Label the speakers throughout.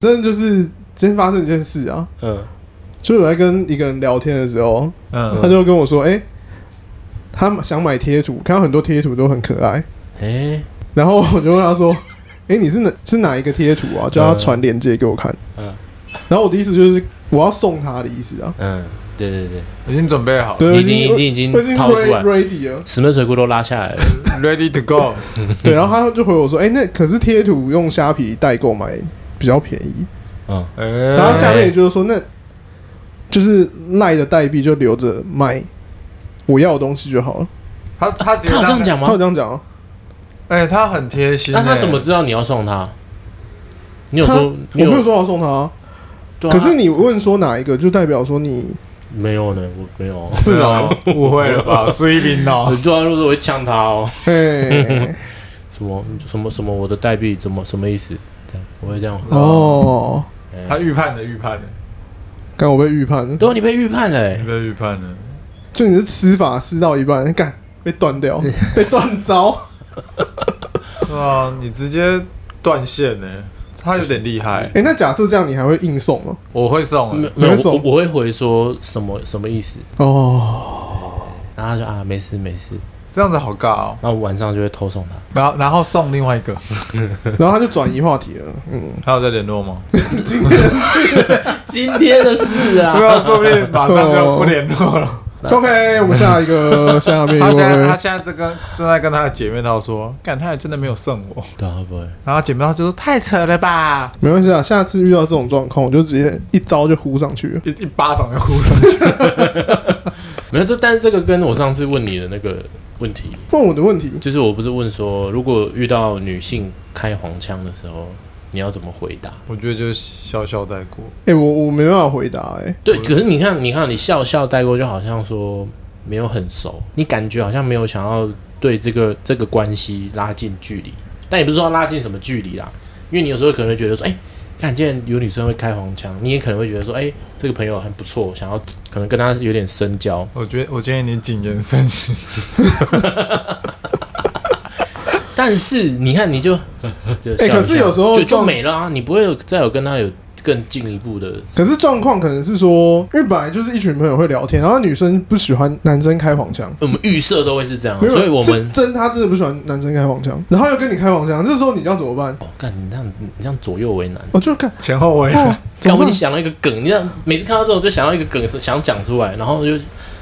Speaker 1: 真的就是今天发生一件事啊，
Speaker 2: 嗯
Speaker 1: 就是我在跟一个人聊天的时候，
Speaker 3: 嗯
Speaker 1: 他就跟我说，哎、他想买贴图，看到很多贴图都很可爱，
Speaker 2: 哎
Speaker 1: 然后我就问他说， 哎、你是哪是哪一个贴图啊？叫他传链接给我看。
Speaker 2: 嗯
Speaker 1: 然后我的意思就是我要送他的意思啊，
Speaker 2: 嗯，对对对，
Speaker 3: 已经准备好了
Speaker 1: 对，
Speaker 2: 哦已经
Speaker 1: 我
Speaker 2: 已经已经
Speaker 1: 我已经
Speaker 2: 掏出来
Speaker 1: re- ready 了。
Speaker 2: 石门水库都拉下来 了，
Speaker 3: ，ready to go。
Speaker 1: 对，然后他就回我说，哎、那可是贴图用虾皮代购买比较便宜。
Speaker 2: 嗯，
Speaker 3: 嗯
Speaker 1: 然后下面也就是说，那就是赖的代币就留着卖我要的东西就好了。
Speaker 3: 他他直接
Speaker 2: 他有这样
Speaker 3: 让，
Speaker 2: 讲
Speaker 1: 他有
Speaker 2: 吗？
Speaker 1: 这样讲啊，
Speaker 3: 哎，他很贴心欸。
Speaker 2: 那他怎么知道你要送他？你有
Speaker 1: 他
Speaker 2: 说
Speaker 1: 我
Speaker 2: 你
Speaker 1: 没有说我要送他啊，
Speaker 2: 对啊
Speaker 1: 可是你问说哪一个，就代表说你
Speaker 2: 没有呢，我没有。
Speaker 3: 对啊？误会了吧？所以林哦
Speaker 2: 很，重要就是我会呛他哦，
Speaker 1: 哎
Speaker 2: 什么什么什么，我的代币怎么什么意思？这样我会这样回。
Speaker 1: 哦，
Speaker 2: 哎
Speaker 3: 他预判的预判的，
Speaker 1: 刚我被预判了，
Speaker 2: 对啊，你被预判了
Speaker 3: 你
Speaker 2: 欸，
Speaker 3: 被预判了。
Speaker 1: 就你是吃法吃到一半，干被断掉，被断 招，
Speaker 3: 对啊，你直接断线呢，他有点厉害。
Speaker 1: 哎，那假设这样你还会硬送吗？
Speaker 3: 我会送
Speaker 2: 没
Speaker 3: 欸，
Speaker 2: 没有
Speaker 1: 你会
Speaker 2: 我
Speaker 1: 送
Speaker 2: 我会回说什么什么意思，
Speaker 1: 哦，
Speaker 2: 然后他就啊没事没事，
Speaker 3: 这样子好尬哦。
Speaker 2: 然后我晚上就会 偷送他。
Speaker 3: 然后然后送另外一个，
Speaker 2: 嗯
Speaker 1: 然后他就转移话题了， 嗯，
Speaker 3: 还有在联 络吗？
Speaker 1: 今天
Speaker 2: 今天的事
Speaker 3: 对
Speaker 2: 啊，
Speaker 3: 啊，说不定马上就不联 络了。
Speaker 1: OK，我们下一 个下面一
Speaker 3: 他现
Speaker 2: 哎
Speaker 3: 在他
Speaker 1: 位，
Speaker 3: 现在正跟正在跟他的姐妹淘说，干，他也真的没有送我。
Speaker 2: 对啊，会不会？
Speaker 3: 然后姐妹淘就说太扯了吧，
Speaker 1: 没关系啊，下次遇到这种状况，我就直接一招就呼上去了。
Speaker 3: 一一巴掌就呼上去。
Speaker 2: 没有这，但是这个跟我上次问你的那个问题，
Speaker 1: 问我的问题，
Speaker 2: 就是我不是问说，如果遇到女性开黄腔的时候，你要怎么回答？
Speaker 3: 我觉得就是笑笑带过，
Speaker 1: 哎、我我没办法回答、哎，
Speaker 2: 对，可是你看，你看，你笑笑带过，就好像说没有很熟，你感觉好像没有想要对这个这个关系拉近距离，但也不是说要拉近什么距离啦，因为你有时候可能会觉得说，哎、看见有女生会开黄腔，你也可能会觉得说，哎、这个朋友很不错，想要可能跟他有点深交，
Speaker 3: 我觉得我建议你谨言慎行。
Speaker 2: 但是你看，你就就
Speaker 1: 哎
Speaker 2: 笑
Speaker 1: 可是
Speaker 2: 一笑
Speaker 1: 有时候
Speaker 2: 就就
Speaker 1: 撞
Speaker 2: 没了啊，你不会有再有跟他有更进一步的，
Speaker 1: 可是状况可能是说，因为本来就是一群朋友会聊天，然后女生不喜欢男生开黄腔，
Speaker 2: 我们嗯预设都会是这样啊，
Speaker 1: 没有，
Speaker 2: 哦所以我
Speaker 1: 是
Speaker 2: 们
Speaker 1: 真她真的不喜欢男生开黄腔，然后又跟你开黄腔，这时候你要怎么办？
Speaker 2: 哦，干你这样你这样左右为难。
Speaker 1: 我就看，
Speaker 3: 前后为
Speaker 1: 哦
Speaker 3: 难，，
Speaker 1: 怎
Speaker 2: 干
Speaker 1: 么
Speaker 2: 我已
Speaker 1: 办
Speaker 2: 经？想到一个梗，你知道，每次看到这种就想到一个梗，是想讲出来，然后就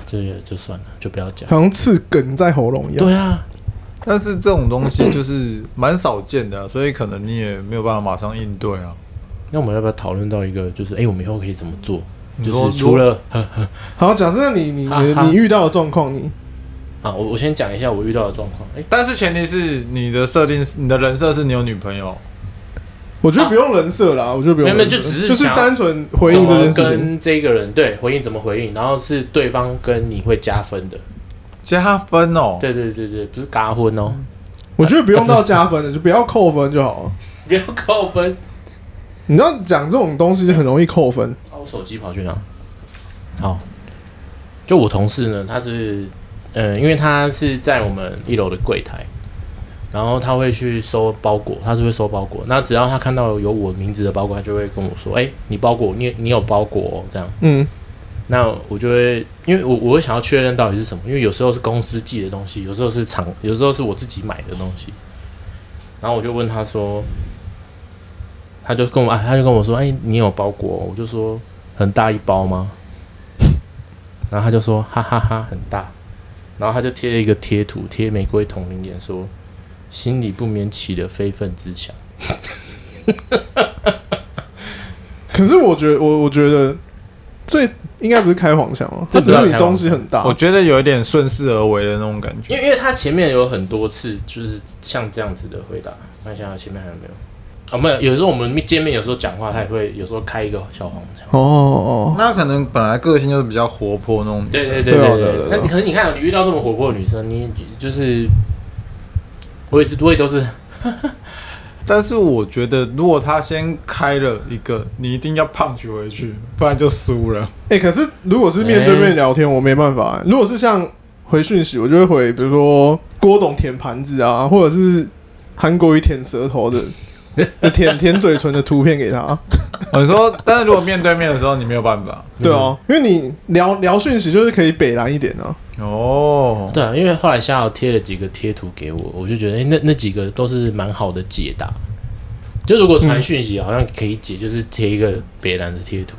Speaker 2: 就就算了，就不要讲。
Speaker 1: 好像刺梗在喉咙一样。
Speaker 2: 对啊，
Speaker 3: 但是这种东西就是蛮少见的啊，所以可能你也没有办法马上应对啊。
Speaker 2: 那我们要不要讨论到一个，就是哎、我们以后可以怎么做？
Speaker 3: 你
Speaker 2: 就
Speaker 3: 说
Speaker 2: 是除了
Speaker 1: 好，假设你你
Speaker 2: 哈
Speaker 1: 你
Speaker 2: 哈
Speaker 1: 你遇到的状况，你
Speaker 2: 啊，我我先讲一下我遇到的状况。哎、
Speaker 3: 但是前提是你的设定是，你的人设是你有女朋友，
Speaker 1: 我觉得不用人设啦，我觉得不用
Speaker 2: 没有
Speaker 1: 人
Speaker 2: 没
Speaker 1: 设，
Speaker 2: 有就只是
Speaker 1: 就是
Speaker 2: 想要
Speaker 1: 单纯回
Speaker 2: 怎
Speaker 1: 应这
Speaker 2: 么
Speaker 1: 件事情。
Speaker 2: 跟这个人对回应怎么回应，然后是对方跟你会加分的。
Speaker 3: 加分哦。
Speaker 2: 对对对对，不是嘎婚哦，
Speaker 1: 嗯我觉得不用到加分的，就不要扣分就好了。
Speaker 2: 不要扣分。
Speaker 1: 你知道讲这种东西很容易扣分，
Speaker 2: 啊，我手机跑去哪？好，就我同事呢，他是，嗯、因为他是在我们一楼的柜台，然后他会去收包裹，他是会收包裹。那只要他看到有我名字的包裹，他就会跟我说：“哎、你包裹，你你有包裹、哦、这样。
Speaker 1: 嗯，”
Speaker 2: 那我就会，因为我我会想要确认到底是什么，因为有时候是公司寄的东西，有时候是厂，有时候是我自己买的东西。然后我就问他说，他就跟我，啊、他就跟我说，哎、你有包裹哦、我就说很大一包吗？ 然后他就说哈哈哈很大，然后他就贴了一个贴图，贴玫瑰同龄眼说，心里不免起了非分之想。
Speaker 1: 可是我觉得，我我觉得这应该不是开黄腔啊，这只是你东西很大
Speaker 2: 啊
Speaker 3: 我。觉得有一点顺势而为的那种感
Speaker 2: 因
Speaker 3: 觉。
Speaker 2: 为因为他前面有很多次就是像这样子的回答，看一下前面还有没有。啊，没有，有时候我们见面，有时候讲话，他也会有时候开一个小黄腔。
Speaker 1: 哦哦，
Speaker 3: 那可能本来个性就是比较活泼那种女
Speaker 2: 对
Speaker 3: 生，
Speaker 2: 对对
Speaker 1: 对啊
Speaker 2: 对
Speaker 1: 对啊对啊
Speaker 2: 那可是你看，你遇到这么活泼的女生，你就是我也是，我也都是
Speaker 3: 但是我觉得如果他先开了一个，你一定要胖取回去，不然就 输了。
Speaker 1: 哎，可是如果是面对面聊天，我没办法欸。如果是像回讯息，我就会 回，比如说郭董舔盘子啊，或者是韩国瑜舔舌头的，舔舔嘴唇的图片给他。
Speaker 3: 我说，但是如果面对面的时候，你没有办法
Speaker 1: 对啊，因为你聊聊讯息就是可以北蓝一点啊。
Speaker 3: 哦。
Speaker 2: 对啊，因为后来夏瑶贴了几个贴图给我，我就觉得，哎、那那几个都是蛮好的解答。就如果传讯息，好像可以解，就是贴一个北兰的贴图。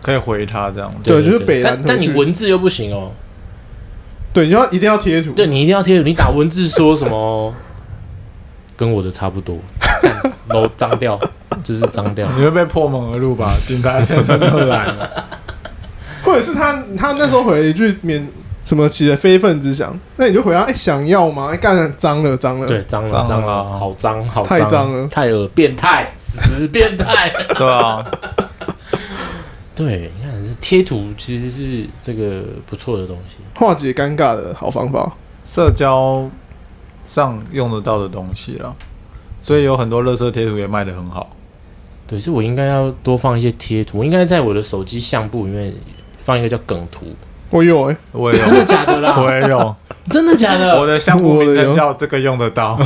Speaker 3: 可以回他这样子。
Speaker 1: 对就是北兰
Speaker 2: 但但
Speaker 1: 回
Speaker 2: 你
Speaker 1: 去
Speaker 2: 文字又不行哦、
Speaker 1: 对，你就要一定要贴图。
Speaker 2: 对你一定要贴，你打文字说什么， 跟我的差不多，干都脏掉，就是脏掉。
Speaker 3: 你会被破门而入吧？警察先生都来了，
Speaker 1: 或者是他他那时候回了一句免什么起了非分之想，那你就回他哎、想要吗？哎干了脏了脏了，
Speaker 2: 对，脏了，
Speaker 3: 脏
Speaker 2: 脏
Speaker 3: 了
Speaker 2: 了，好脏，好
Speaker 1: 太脏了
Speaker 2: 太恶，变态，死变态。
Speaker 3: 对啊，
Speaker 2: 对，你看这贴图其实是这个不错的东西。
Speaker 1: 化解尴尬的好方法。
Speaker 3: 社交上用得到的东西啦，所以有很多乐色贴图也卖得很好。
Speaker 2: 对，是我应该要多放一些贴图，我应该在我的手机相簿里面放一个叫梗图，
Speaker 1: 我有哎、
Speaker 3: 我也
Speaker 2: 真的
Speaker 3: 有，
Speaker 2: 假的啦？
Speaker 3: 我也有，
Speaker 2: 真的假
Speaker 3: 我
Speaker 2: 的？
Speaker 3: 的项目
Speaker 1: 我的
Speaker 3: 名称
Speaker 1: 有
Speaker 3: 叫这个用得到。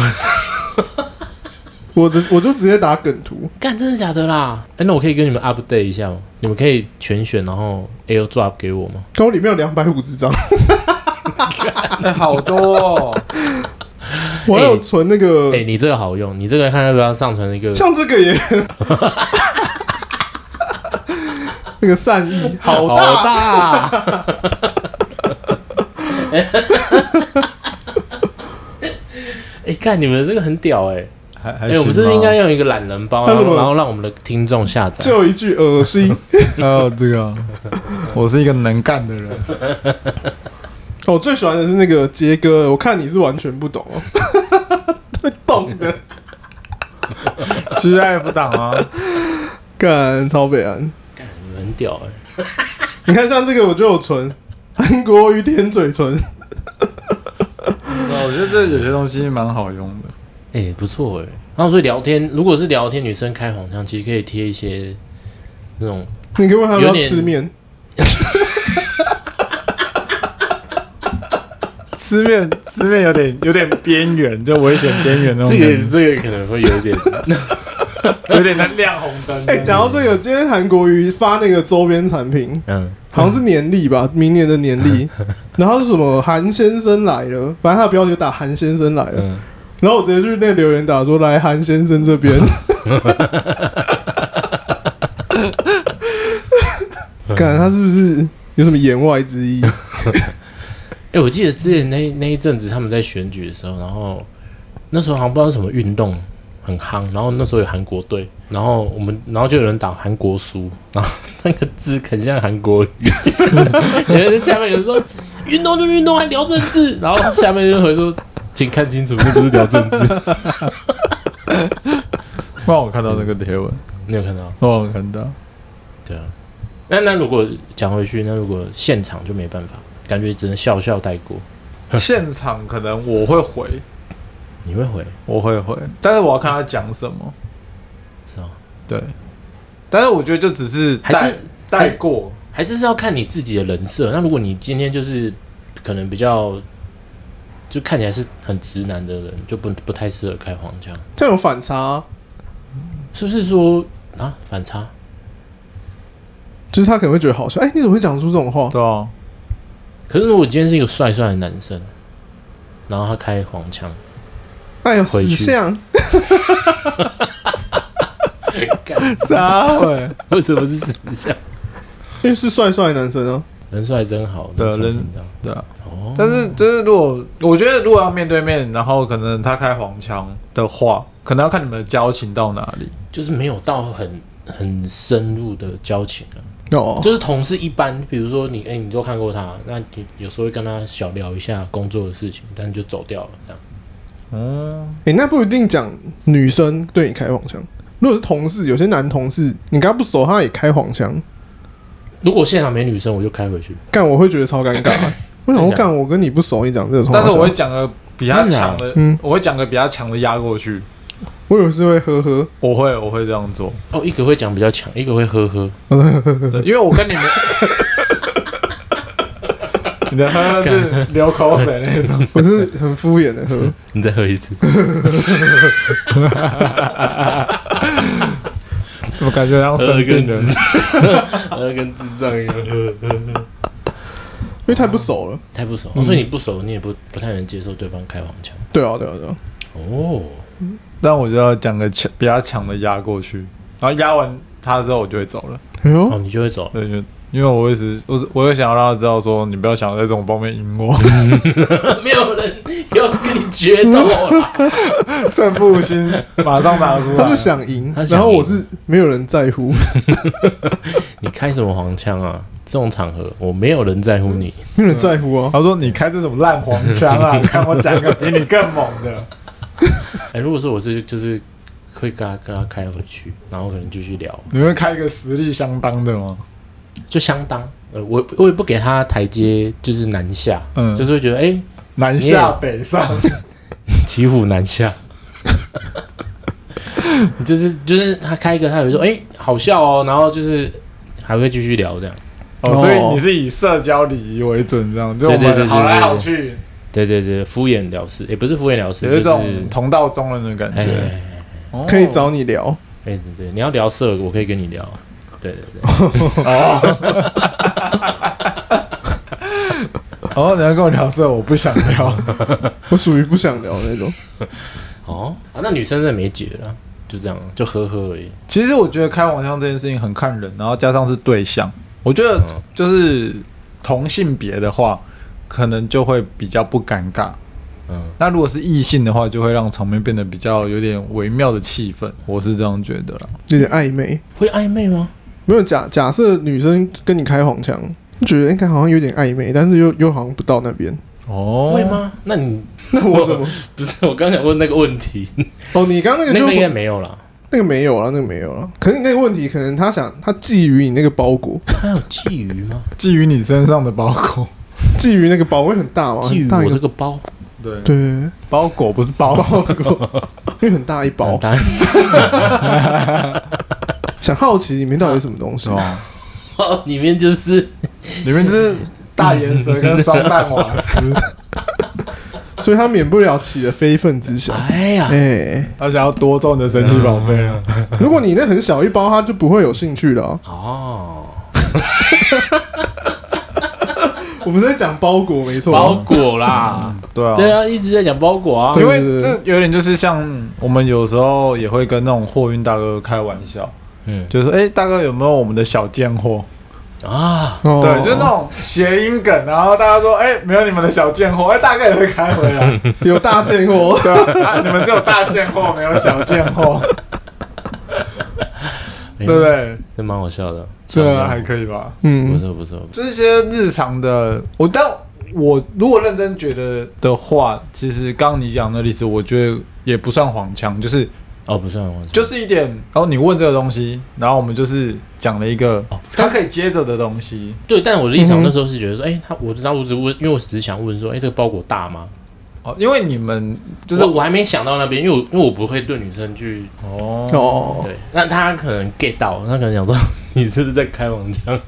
Speaker 1: 我的我就直接打梗图，
Speaker 2: 干，真的假的啦？哎、那我可以跟你们 update 一下吗？你们可以全选，然后 AirDrop 给我吗？
Speaker 1: 可我里面有两百五十 张，
Speaker 3: 哎，好多哦，
Speaker 1: 我还有存那个，
Speaker 2: 哎、你这个好用，你这个看要不要上传一个？
Speaker 1: 像这个也。那个善意 好大，
Speaker 2: 好大 哎、看你们这个很屌哎、
Speaker 3: 还还
Speaker 2: 哎、
Speaker 3: 行
Speaker 2: 我们是不是
Speaker 3: 吗
Speaker 2: 应该用一个懒人包，
Speaker 1: 还
Speaker 2: 然
Speaker 1: 有什
Speaker 2: 后
Speaker 1: 么
Speaker 2: 然后让我们的听众下载
Speaker 1: 最。后一句恶心
Speaker 3: 还有这个，我是一个能干的人。
Speaker 1: 哦我最喜欢的是那个杰哥，我看你是完全不懂哦， 懂的，
Speaker 3: GIF 党啊，
Speaker 1: 干超北安。
Speaker 2: 干你们很屌哎、
Speaker 1: 你看像这个我就有存韩国瑜舔嘴唇，
Speaker 3: 啊我觉得这有些东西蛮好用的。
Speaker 2: 哎、不错哎、然后所以聊天，如果是聊天，女生开黄腔，其实可以贴一些那种
Speaker 1: 你可以问他们要吃面，
Speaker 3: 吃面吃面有点有点边缘，就危险边缘那种
Speaker 2: 这
Speaker 3: 感
Speaker 2: 个
Speaker 3: 觉，
Speaker 2: 这个可能会有点
Speaker 3: 有点在亮红灯。
Speaker 1: 哎、讲到这个，今天韩国瑜发那个周边产品，
Speaker 2: 嗯，
Speaker 1: 好像是年历吧，明年的年历，然后是什么韩先生来了，反正他的标题就打韩先生来了，
Speaker 2: 嗯
Speaker 1: 然后我直接去那留言打说来韩先生这边，看他是不是有什么言外之意？
Speaker 2: 哎、我记得之前那那一阵子他们在选举的时候，然后那时候好像不知道是什么运动很夯，然后那时候有韩国队，然后我们然后就有人打韩国输，然后那个字很像韩国语， 然后下面有人说运动就运动还聊政治，然后下面就回说请看清楚，这不是聊政治，
Speaker 3: 不然我看到那个贴文，
Speaker 2: 你有看到？
Speaker 3: 哦，我看到
Speaker 2: 对啊，那那如果讲回去，那如果现场就没办法，感觉只能笑笑带过。
Speaker 3: 现场可能我会回，
Speaker 2: 你会回
Speaker 3: 我会回，但是我要看他讲什么。
Speaker 2: 是吧？
Speaker 3: 对，但是我觉得就只是
Speaker 2: 还是
Speaker 3: 带带过，
Speaker 2: 还是是要看你自己的人设。那如果你今天就是可能比较，就看起来是很直男的人，就不不太适合开黄腔，
Speaker 1: 这样有反差啊、
Speaker 2: 是不是说啊反差？
Speaker 1: 就是他可能会觉得好笑，哎、你怎么会讲出这种话？
Speaker 3: 对啊，
Speaker 2: 可是如果今天是一个帅帅的男生，然后他开黄腔，
Speaker 1: 哎呀，
Speaker 2: 回
Speaker 1: 死
Speaker 2: 去
Speaker 1: 相。
Speaker 2: 干
Speaker 3: 啥 会？
Speaker 2: 为什么是死相？
Speaker 1: 因为是帅帅的男生啊，
Speaker 2: 人帅真好，
Speaker 3: 对啊
Speaker 2: 帅
Speaker 3: 人
Speaker 2: 真好
Speaker 3: 对啊，
Speaker 2: 哦，
Speaker 3: 但是就是如果我觉得如果要面对面，然后可能他开黄腔的话，可能要看你们的交情到哪里。
Speaker 2: 就是没有到很很深入的交情啊。
Speaker 1: 哦，
Speaker 2: 就是同事一般，比如说你，哎、你都看过他，那你有时候会跟他小聊一下工作的事情，但就走掉了这样。
Speaker 3: 嗯，
Speaker 1: 哎、那不一定讲女生对你开黄腔，如果是同事，有些男同事你跟他不熟，他也开黄腔，
Speaker 2: 如果现场没女生，我就开回去。
Speaker 1: 干我会觉得超尴尬、我想说
Speaker 2: 真假的
Speaker 1: 干我跟你不熟，你讲这种，
Speaker 3: 但是我会，讲个比他强的，
Speaker 1: 嗯
Speaker 3: 我会讲个比他强的压过去。
Speaker 1: 我有时会呵呵，
Speaker 3: 我会，我会这样做，
Speaker 2: 哦，一个会讲比较强，一 个会呵呵。
Speaker 3: 对因为我跟你们，你你的喝是流口水那种。
Speaker 1: 我是很敷衍的喝。
Speaker 2: 你再喝一次，
Speaker 3: 怎么感觉像
Speaker 2: 喝
Speaker 3: 生
Speaker 2: 得
Speaker 3: 病
Speaker 2: 跟
Speaker 3: 了？
Speaker 2: 智，喝得跟智障一样，喝喝喝
Speaker 1: 因为太不熟了。
Speaker 2: 太不熟、哦
Speaker 3: 嗯
Speaker 2: 所以你不熟，你也不不太能接受对方开黄腔。
Speaker 1: 对啊，对啊，对啊，
Speaker 2: 哦，
Speaker 3: 但我就要讲个强比较强的压过去，然后压完他之后我就会走了。
Speaker 1: 哎
Speaker 2: 哦，
Speaker 1: 呦，
Speaker 2: 你就会 走，
Speaker 3: 对，因为因为我一直我是我又想要让他知道说，你不要想在这种方面 赢我，
Speaker 2: 没有人要跟你决斗啊了。
Speaker 3: 胜负心啊马上拿 出
Speaker 1: 他
Speaker 3: 来
Speaker 1: 是。想赢
Speaker 2: 他，想
Speaker 1: 然后
Speaker 2: 赢
Speaker 1: 我是没有人在乎，
Speaker 2: 你开什么黄腔啊？这种场合，我没有人在乎你。
Speaker 1: 没有人在乎啊。
Speaker 3: 他说：“你开这种烂黄腔 啊！看我讲个比你更猛的。
Speaker 2: 哎、如果说我是就是会跟他跟他开回去，然后可能继续聊，”
Speaker 3: 你会开一个实力相当的吗？
Speaker 2: 就相当呃，我我也不给他台阶，就是南下，
Speaker 3: 嗯
Speaker 2: 就是会觉得哎、
Speaker 3: 南下北上，
Speaker 2: 骑虎难下。 就是就是他开一个，他有说哎、好笑哦，然后就是还会继续聊这样。
Speaker 3: 哦，所以你是以社交礼仪为准，这样就我
Speaker 2: 对对对对
Speaker 3: 们好来
Speaker 2: 对
Speaker 3: 好去，
Speaker 2: 对对对，敷衍了事，也、不是敷衍了事，
Speaker 3: 有
Speaker 2: 就是
Speaker 3: 一种同道中人的感
Speaker 2: 哎
Speaker 3: 觉。哦
Speaker 1: 可以找你聊，
Speaker 2: 哎对对，你要聊色，我可以跟你聊。对对 对，
Speaker 3: 哦。哦，你要跟我聊色，我不想聊。
Speaker 1: 我属于不想聊那种。
Speaker 2: 哦，啊，那女生真的没解了，就这样，就呵呵而已。
Speaker 3: 其实我觉得开黄腔这件事情很看人，然后加上是对象，我觉得
Speaker 2: 嗯
Speaker 3: 就是同性别的话，可能就会比较不尴尬。
Speaker 2: 嗯，
Speaker 3: 那如果是异性的话，就会让场面变得比较有点微妙的气氛，我是这样觉得啦。
Speaker 1: 有点暧昧。
Speaker 2: 会暧昧吗？
Speaker 1: 没有假假设女生跟你开黄腔，就觉得应该好像有点暧昧，但是又又好像不到那边，
Speaker 3: 哦
Speaker 2: 会？吗？那你
Speaker 1: 那我怎么？
Speaker 2: 不是我刚想问那个问题，
Speaker 1: 哦，你刚刚 那个
Speaker 2: 那
Speaker 1: 就
Speaker 2: 个应该没有啦。
Speaker 1: 那个没有了，那个没有了。可是你那个问题，可能他想他觊觎你那个包裹，
Speaker 2: 他有觊觎吗？
Speaker 3: 觊觎你身上的包裹，
Speaker 1: 觊觎那个包会很大嘛，
Speaker 2: 觊
Speaker 1: 很哦大
Speaker 2: 觎
Speaker 1: 一
Speaker 2: 我这
Speaker 1: 个，
Speaker 2: 个包
Speaker 3: 对，
Speaker 1: 对对
Speaker 3: 包裹不是包裹，
Speaker 1: 对，包 裹，因为很大一包，
Speaker 2: 单
Speaker 1: 想好奇里面到底有什么东西。
Speaker 3: 哦，
Speaker 2: 包里面就是
Speaker 3: 里面就是大眼蛇跟双蛋瓦斯，
Speaker 1: 所以他免不了起了非分之想。
Speaker 2: 哎呀，
Speaker 1: 哎，
Speaker 3: 他想要多中你的神奇宝贝 啊！
Speaker 1: 如果你那很小一包，他就不会有兴趣了啊。
Speaker 2: 哦，
Speaker 1: 我们在讲包裹，没错。
Speaker 2: 包裹啦，
Speaker 3: 对啊，
Speaker 2: 对啊，一直在讲包裹啊
Speaker 1: 对，
Speaker 3: 因为这有点就是像我们有时候也会跟那种货运大哥开玩笑，
Speaker 2: 嗯
Speaker 3: 就是说，哎、大哥有没有我们的小贱货？
Speaker 2: 啊，
Speaker 1: 哦
Speaker 3: 对，就是那种谐音梗，然后大家说，哎、没有你们的小贱货，哎、大哥也会开回来，
Speaker 1: 有大贱 货。
Speaker 3: 对啊啊，你们只有大贱货，没有小贱货，
Speaker 2: 对
Speaker 1: 哎
Speaker 3: 对不，对？
Speaker 2: 这蛮好笑的，
Speaker 3: 这还可以吧？
Speaker 2: 不
Speaker 1: 啊嗯，
Speaker 2: 错不错，
Speaker 3: 这些日常的，我但我如果认真觉得的话，其实刚刚你讲的例子，我觉得也不算黄腔，就是
Speaker 2: 哦，不算完全，
Speaker 3: 就是一点，然后你问这个东西，然后我们就是讲了一个
Speaker 2: 哦
Speaker 3: 他可以接着的东西，
Speaker 2: 对，但我的立
Speaker 1: 嗯
Speaker 2: 场
Speaker 1: 哼
Speaker 2: 那时候是觉得说，哎，他我知道，我只问，因为我只是想问说，哎，这个包裹大吗？
Speaker 3: 哦，因为你们就
Speaker 2: 就是是我还没想到那边，因为我因为我不会对女生去
Speaker 3: 哦，
Speaker 1: 哦，
Speaker 2: 对，那他可能 get 到，他可能想说 你是不是在开黄腔，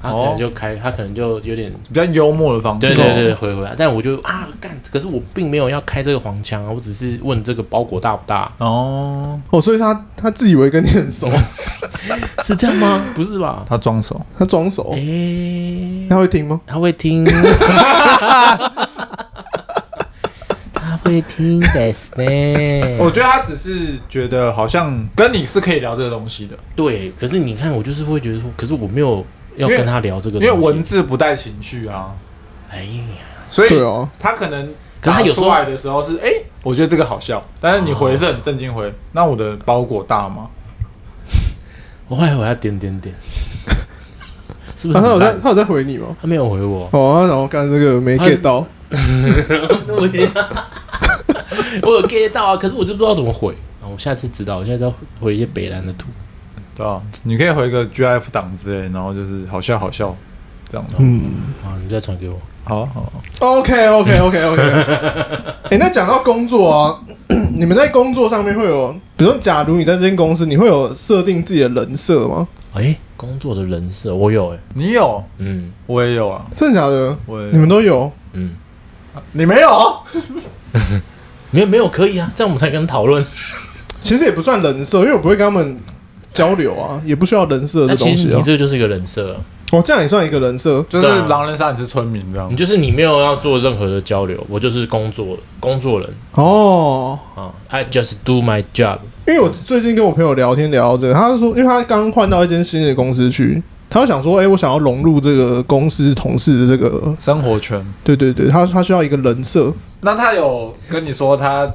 Speaker 2: 他可能就开，他可能就有点
Speaker 3: 比较幽默的方
Speaker 2: 对
Speaker 3: 式，
Speaker 2: 对对，回回来，但我就啊干，可是我并没有要开这个黄腔啊，我只是问这个包裹大不大，
Speaker 3: 哦，
Speaker 1: 哦，所以他他自以为跟你很 熟，
Speaker 2: 是这样吗？不是吧？
Speaker 3: 他装熟，
Speaker 1: 他装熟
Speaker 3: 哦
Speaker 2: 哎、，
Speaker 1: 他会听吗？
Speaker 2: 他会 听，他会听的呢。
Speaker 3: 我觉得他只是觉得好像跟你是可以聊这个东西的，
Speaker 2: 对，可是你看，我就是会觉得说，可是我没有要
Speaker 3: 因为
Speaker 2: 跟他聊这个
Speaker 3: 因
Speaker 2: 东西，
Speaker 3: 为文字不带情绪啊，
Speaker 2: 哎呀，
Speaker 3: 所以
Speaker 1: 对哦，
Speaker 3: 他可能
Speaker 2: 可是他有时
Speaker 3: 出
Speaker 2: 候
Speaker 3: 来的时候是哎、诶我觉得这个好笑，但是你回是很震惊回，那我的包裹大吗？
Speaker 2: 我后来我要点点 点，是不是
Speaker 1: 啊，
Speaker 2: 很
Speaker 1: 他有
Speaker 2: 烂？
Speaker 1: 在他有在回你吗？
Speaker 2: 他没有回我，
Speaker 1: 哦，他然后刚才这个没
Speaker 2: 他是
Speaker 1: get 到，
Speaker 2: 我也
Speaker 3: 啊
Speaker 2: 我有 get 到啊，可是我就不知道怎么回。啊我下次知道，我现在要回一些北兰的图。
Speaker 3: 对啊，你可以回个 GIF 档之类，然后就是好笑好笑这样子。
Speaker 1: 嗯
Speaker 2: 啊，你再传给我。
Speaker 3: 好啊好啊，
Speaker 1: ，OK OK OK OK。哎，那讲到工作啊， 你们在工作上面会有，比如说，假如你在这间公司，你会有设定自己的人设吗？
Speaker 2: 哎、工作的人设，我有哎、
Speaker 3: 你有，
Speaker 2: 嗯
Speaker 3: 我也有啊，
Speaker 1: 真的假的？
Speaker 3: 我也有
Speaker 1: 你们都有？
Speaker 2: 嗯，
Speaker 3: 你没有？
Speaker 2: 没有没有可以啊，这样我们才能讨论。
Speaker 1: 其实也不算人设，因为我不会跟他们交流啊，也不需要人设
Speaker 2: 那
Speaker 1: 的
Speaker 2: 其
Speaker 1: 东
Speaker 2: 实
Speaker 1: 西
Speaker 2: 你
Speaker 1: 啊。
Speaker 2: 这就是一个人设、啊，
Speaker 1: 哦，这样也算一个人设。
Speaker 3: 就是狼人杀你是村民
Speaker 1: 嗯
Speaker 3: 这样
Speaker 2: 你，就是你没有要做任何的交流，我就是工作工作人
Speaker 1: 哦，
Speaker 2: 啊，I just do my job。
Speaker 1: 因为我最近跟我朋友聊天聊到这个，他就说，因为他刚换到一间新的公司去，他就想说，哎、我想要融入这个公司同事的这个，
Speaker 3: 生活圈。
Speaker 1: 对对对，他他需要一个人设，
Speaker 3: 那他有跟你说他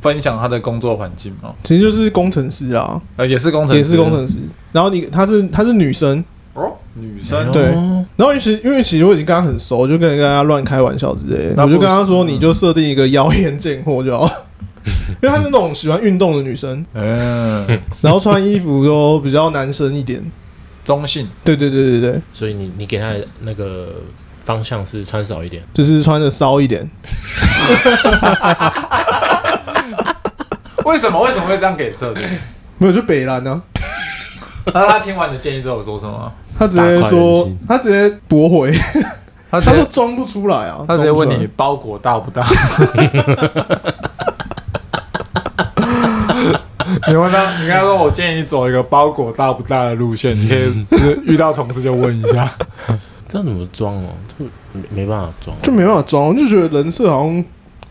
Speaker 3: 分享他的工作环境吗？
Speaker 1: 其实就是工程师啊，
Speaker 3: 呃，也是工程师，
Speaker 1: 也是工程师。然后你她是她是女生，
Speaker 3: 哦，女
Speaker 2: 哎
Speaker 3: 生
Speaker 2: 呦
Speaker 1: 对然后因为其实因为其实我已经跟她很熟，就跟人家乱开玩笑之类的，
Speaker 3: 那
Speaker 1: 我
Speaker 3: 不
Speaker 1: 就跟她
Speaker 3: 是
Speaker 1: 说，
Speaker 3: 嗯
Speaker 1: 你就设定一个妖艳贱货就好 了，因为她是那种喜欢运动的女生，
Speaker 3: 嗯，
Speaker 1: 然后穿衣服都比较男生一点。
Speaker 3: 中性，
Speaker 1: 对对对对对，
Speaker 2: 所以你你给他的那个方向是穿少一点，
Speaker 1: 就是穿的骚一点。
Speaker 3: 为什么为什么会这样给设定？
Speaker 1: 没有就北兰啊呢、
Speaker 3: 那他听完你的建议之后有说什么？
Speaker 1: 他直接
Speaker 2: 大快人
Speaker 1: 说
Speaker 2: 心，
Speaker 1: 他直接驳回，
Speaker 3: 他
Speaker 1: 他说装不出来啊，
Speaker 3: 他直接问
Speaker 1: 装
Speaker 3: 你
Speaker 1: 不出来，
Speaker 3: 包裹大不大？ 你问他，你跟他说，我建议你走一个包裹大不大的路线，你可以就是遇到同事就问一 下。
Speaker 2: 这样怎么装哦？这个没没办法装。
Speaker 1: 就没办法装，我就觉得人设好像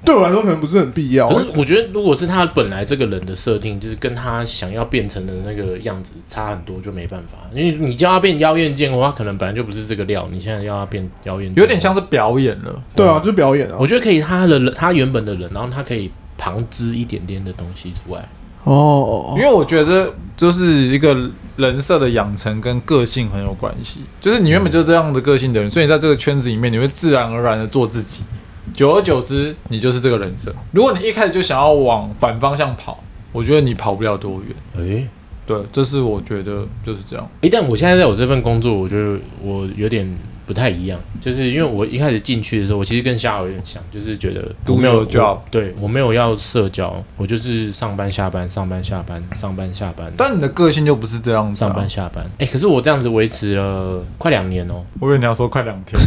Speaker 1: 对我来说可能不是很必要、
Speaker 2: 可是我觉得，如果是他本来这个人的设定，就是跟他想要变成的那个样子差很多，就没办法。因为你叫他变妖艳贱货，他可能本来就不是这个料，你现在要他变妖艳，
Speaker 3: 有点。像是表演了，
Speaker 1: 对啊，就表演啊
Speaker 2: 我，觉得可以，他的人他原本的人，然后他可以旁支一点点的东西出来。
Speaker 1: 哦
Speaker 3: 因，为我觉得就是一个人设的养成跟个性很有关系。就是你原本就是这样的个性的人，所以你在这个圈子里面，你会自然而然的做自己。久而久之，你就是这个人设。如果你一开始就想要往反方向跑，我觉得你跑不了多远。
Speaker 2: 诶、
Speaker 3: 对，这是我觉得就是
Speaker 1: 嗯
Speaker 3: 这样。
Speaker 2: 诶、但我现在在我这份工作，我觉得我有点不太一样，就是因为我一开始进去的时候，我其实跟夏尔有点像，就是觉得
Speaker 3: Do
Speaker 2: 我没
Speaker 3: your
Speaker 2: 有
Speaker 3: job
Speaker 2: 我对我没有要社交，我就是上班下班，上班下班，上班下班。
Speaker 3: 但你的个性就不是这样子、啊。
Speaker 2: 上班，下班，哎、可是我这样子维持了快两年哦、
Speaker 3: 我以为你要说快两 天。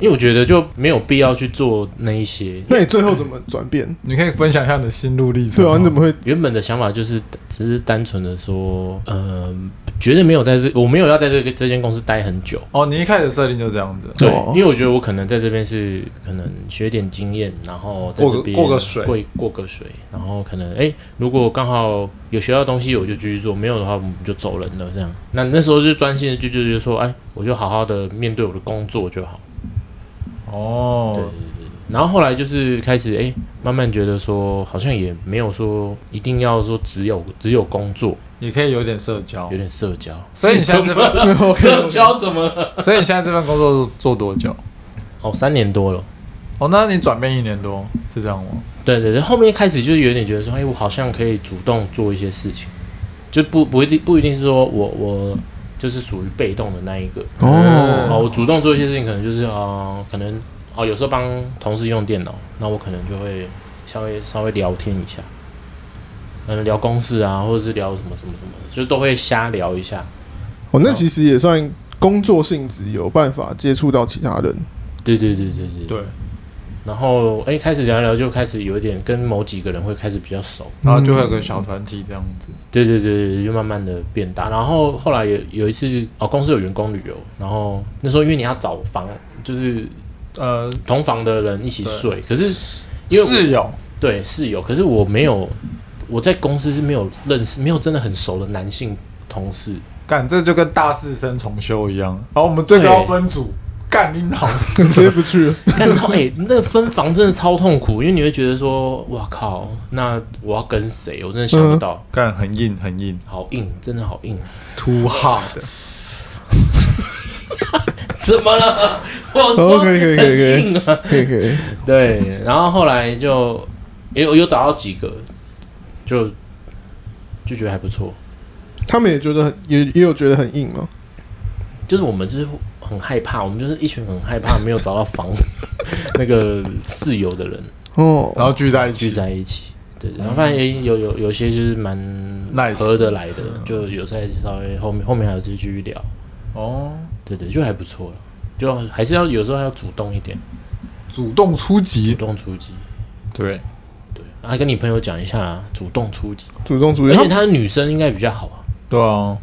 Speaker 2: 因为我觉得就没有必要去做那一些。
Speaker 1: 那你最后怎么转 变？
Speaker 3: 你可以分享一下你的心路历程。
Speaker 1: 对啊，你怎么会？
Speaker 2: 原本的想法就是只是单纯的说，嗯、绝对没有在这，我没有要在这个这间公司待很久。
Speaker 3: 哦，你一开始设定就这样子。
Speaker 2: 对
Speaker 1: 哦，
Speaker 2: 因为我觉得我可能在这边是可能学点经验，然后在
Speaker 3: 过个
Speaker 2: 这边
Speaker 3: 过个水
Speaker 2: 过过个水，然后可能哎、诶如果刚好有学到东西，我就继续做；没有的话，我们就走人了。这样，那那时候就专心的就就就说，哎、我就好好的面对我的工作就好。
Speaker 3: 哦，
Speaker 2: 然后后来就是开始哎、诶慢慢觉得说，好像也没有说一定要说只有只有工作，
Speaker 3: 也可以有点社交
Speaker 2: 有。点社交。
Speaker 3: 所以你现在这份，
Speaker 2: 社交怎么了？
Speaker 3: 所以你现在这份工 作做多久？
Speaker 2: 哦，三年多了。
Speaker 3: 哦，那你转变一年多是这样吗？
Speaker 2: 对对对，后面开始就是有点觉得说，哎、我好像可以主动做一些事情，就不不一定不一定是说我我就是属于被动的那一个
Speaker 1: 哦
Speaker 2: 哦，我主动做一些事情，可能就是呃，可能哦，有时候帮同事用电脑，那我可能就会稍微稍微聊天一下，嗯，聊公事啊，或者是聊什么什么什么的，就都会瞎聊一下。
Speaker 1: 哦，那其实也算工作性质有办法接触到其他 人。
Speaker 2: 对对对对对。
Speaker 3: 对，
Speaker 2: 然后哎、开始聊一聊就开始有一点跟某几个人会开始比较熟。
Speaker 3: 然后就会有个小团体这样子。
Speaker 2: 对对对对，就慢慢的变大。然后后来有有一次哦，公司有员工旅游，然后那时候因为你要找房，就是
Speaker 3: 呃，
Speaker 2: 同房的人一起睡，可是嗯因为我
Speaker 3: 室友
Speaker 2: 对室友，可是我没有我在公司是没有认识，没有真的很熟的男性同事。
Speaker 3: 干这就跟大四生重修一样。然后我们最高分组干你老师。
Speaker 1: 直 接不去了，
Speaker 2: 但 超哎、那分房真的超痛苦，因为你会觉得说，哇靠，那我要跟谁？我真的想不到，
Speaker 3: 干很硬 很硬，
Speaker 2: 好硬，真的好硬。
Speaker 3: 秃哈的，
Speaker 2: 怎么了？我
Speaker 1: 哦
Speaker 2: 说
Speaker 1: 可以可以可以可以
Speaker 2: 很硬啊。
Speaker 1: 可以可以。
Speaker 2: 对，然后后来就有有找到几个，就就觉得还不错。
Speaker 1: 他们也觉得很，也也有觉得很硬嘛。
Speaker 2: 就是我们就是很害怕，我们就是一群很害怕没有找到房 那个室友的人
Speaker 1: 哦，
Speaker 3: 然后聚在 一
Speaker 2: 聚
Speaker 3: 起。
Speaker 2: 在一起。对，然后发现诶、有有有些就是蛮
Speaker 3: Nice
Speaker 2: 合得来的，就有在稍微后面后面还有继续聊，
Speaker 3: 哦，
Speaker 2: 对对，就还不错了，就还是要有时候还要主动一点，
Speaker 3: 主动出击
Speaker 2: 主，动出击，
Speaker 3: 对，
Speaker 2: 对，啊，跟你朋友讲一下啊，主动出击，
Speaker 1: 主动主
Speaker 2: 而
Speaker 1: 动，
Speaker 2: 且
Speaker 1: 他
Speaker 2: 她是女生应该比较好啊，
Speaker 3: 对啊，